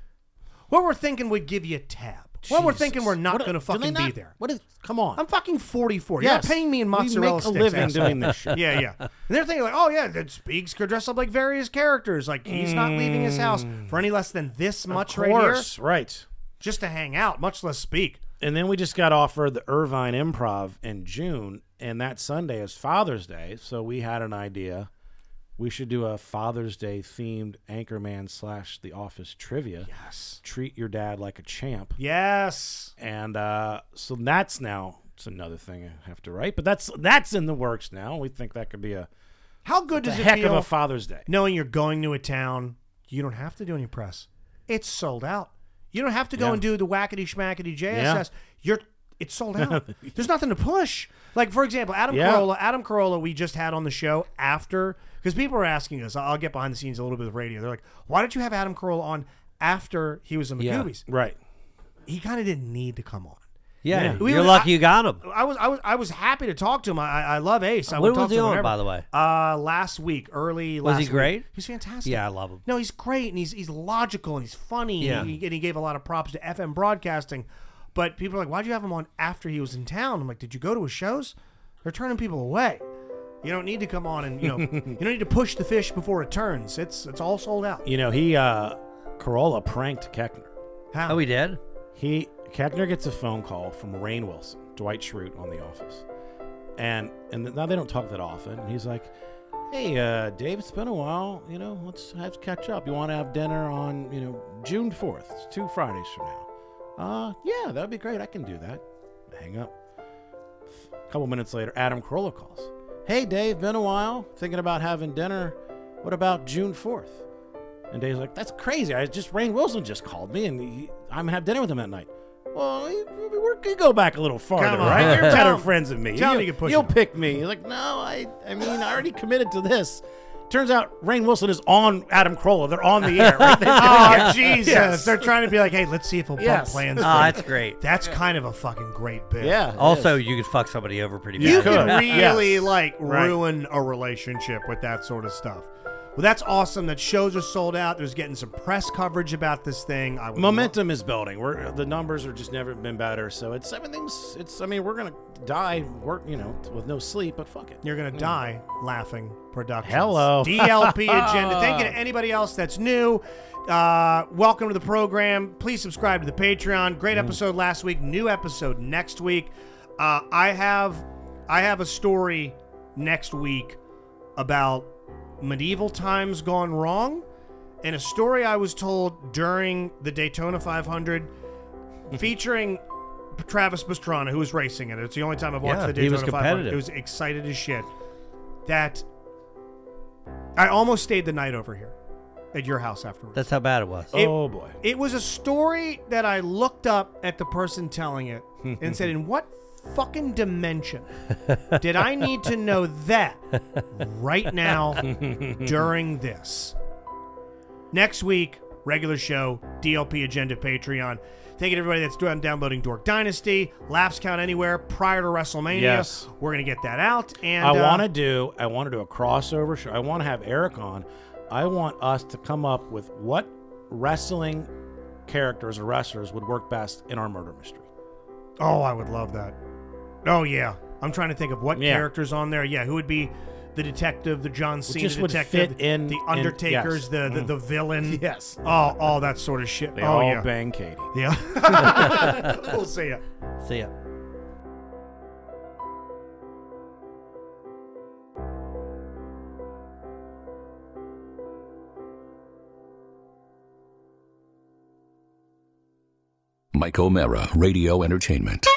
What we're thinking would give you a tab. What we're thinking we're not What- going to do they fucking be not- there. What is? Come on. I'm fucking 44. Yes. You're paying me in We make mozzarella a sticks. living asshole. doing this shit. Yeah, yeah. And they're thinking like, oh yeah, that speaks could dress up like various characters. Like he's not leaving his house for any less than this much right here, Mm. course, right. just to hang out, much less speak. And then we just got offered the Irvine Improv in June, and that Sunday is Father's Day, so we had an idea. We should do a Father's Day themed Anchorman slash The Office trivia. Yes. Treat your dad like a champ. Yes. And uh, so that's now it's another thing I have to write, but that's that's in the works now. We think that could be a, How good a does it heck feel of a Father's Day. knowing you're going to a town you don't have to do any press? It's sold out. You don't have to go Yeah. and do the whackety schmackety JSS. You're it's sold out. There's nothing to push. Like for example, Adam Yeah. Carolla. Adam Carolla, we just had on the show after because people are asking us. I'll get behind the scenes a little bit with radio. They're like, why did you have Adam Carolla on after he was in the movies? Right. He kind of didn't need to come on. Yeah, We you're were- lucky I- you got him. I was I was I was happy to talk to him. I I I love Ace. I When would talk was he to him on, whenever. by the way? Uh, last week, early. Was last he week. great? He's fantastic. Yeah, I love him. No, he's great, and he's he's logical, and he's funny, Yeah. and, he, and he gave a lot of props to FM broadcasting. But people are like, "Why'd you have him on after he was in town?" I'm like, "Did you go to his shows? They're turning people away. You don't need to come on, and you know, you don't need to push the fish before it turns. It's it's all sold out." You know, he, uh, Corolla pranked Keckner. How? Oh, we did. He Keckner gets a phone call from Rain Wilson, Dwight Schrute on The Office, and and now they don't talk that often. And he's like, "Hey, uh, Dave, it's been a while. You know, let's have catch up. You want to have dinner on you know June fourth? It's two Fridays from now. Uh, yeah, that'd be great. I can do that. Hang up. A couple minutes later, Adam Carolla calls. Hey, Dave, been a while. Thinking about having dinner. What about June fourth? And Dave's like, "That's crazy! I just Rain Wilson just called me, and he, I'm gonna have dinner with him that night." Well, you- we- we're gonna go back a little farther, Come on. right? You're Tell better him- friends than me. tell him you, you can push will it. pick me. He's like, "No, I, I mean, I already committed to this." Turns out Rain Wilson is on Adam Carolla. They're on the air. Right? They- Oh Jesus! They're trying to be like, "Hey, let's see if he'll bump Yes. plans." Oh, for you." that's great. That's kind of a fucking great bit. yeah. it Also, is. you could fuck somebody over pretty You bad. can could, really yes. like Right. ruin a relationship with that sort of stuff. Well, that's awesome that shows are sold out. There's getting some press coverage about this thing. I would momentum is building. We're the numbers are just never been better. So it's everything's. It's. I mean, we're gonna die. Work. You know, with no sleep. But fuck it. You're gonna die laughing. Productions. Hello. DLP agenda. Thank you to anybody else that's new. Uh, welcome to the program. Please subscribe to the Patreon. Great Mm-hmm. episode last week. New episode next week. Uh, I have, I have a story next week about medieval times gone wrong, and a story I was told during the Daytona 500, featuring Travis Pastrana, who was racing it. It's the only time I've watched Yeah, the he Daytona was 500. competitive. It was excited as shit. That I almost stayed the night over here at your house afterwards. That's how bad it was. oh boy. It was a story that I looked up at the person telling it and said, "In what fucking dimension did I need to know that right now during this?" Next week, regular show, DLP Agenda Patreon. Thank you to everybody that's doing downloading Dork Dynasty, Laps Count Anywhere prior to WrestleMania. Yes. We're gonna get that out. And I uh, want to do. I want to do a crossover show. I want to have Eric on. I want us to come up with what wrestling characters or wrestlers would work best in our murder mystery. Oh, I would love that. Oh yeah, I'm trying to think of what Yeah. characters on there. Yeah, who would be the detective, the John Cena just would detective, fit in- the in- yes. Undertaker's, Mm. the the, the villain. Yes. Oh, all that sort of shit. They oh all yeah. bang Katie. Yeah. we'll see ya. See ya. Mike O'Mara, Radio Entertainment.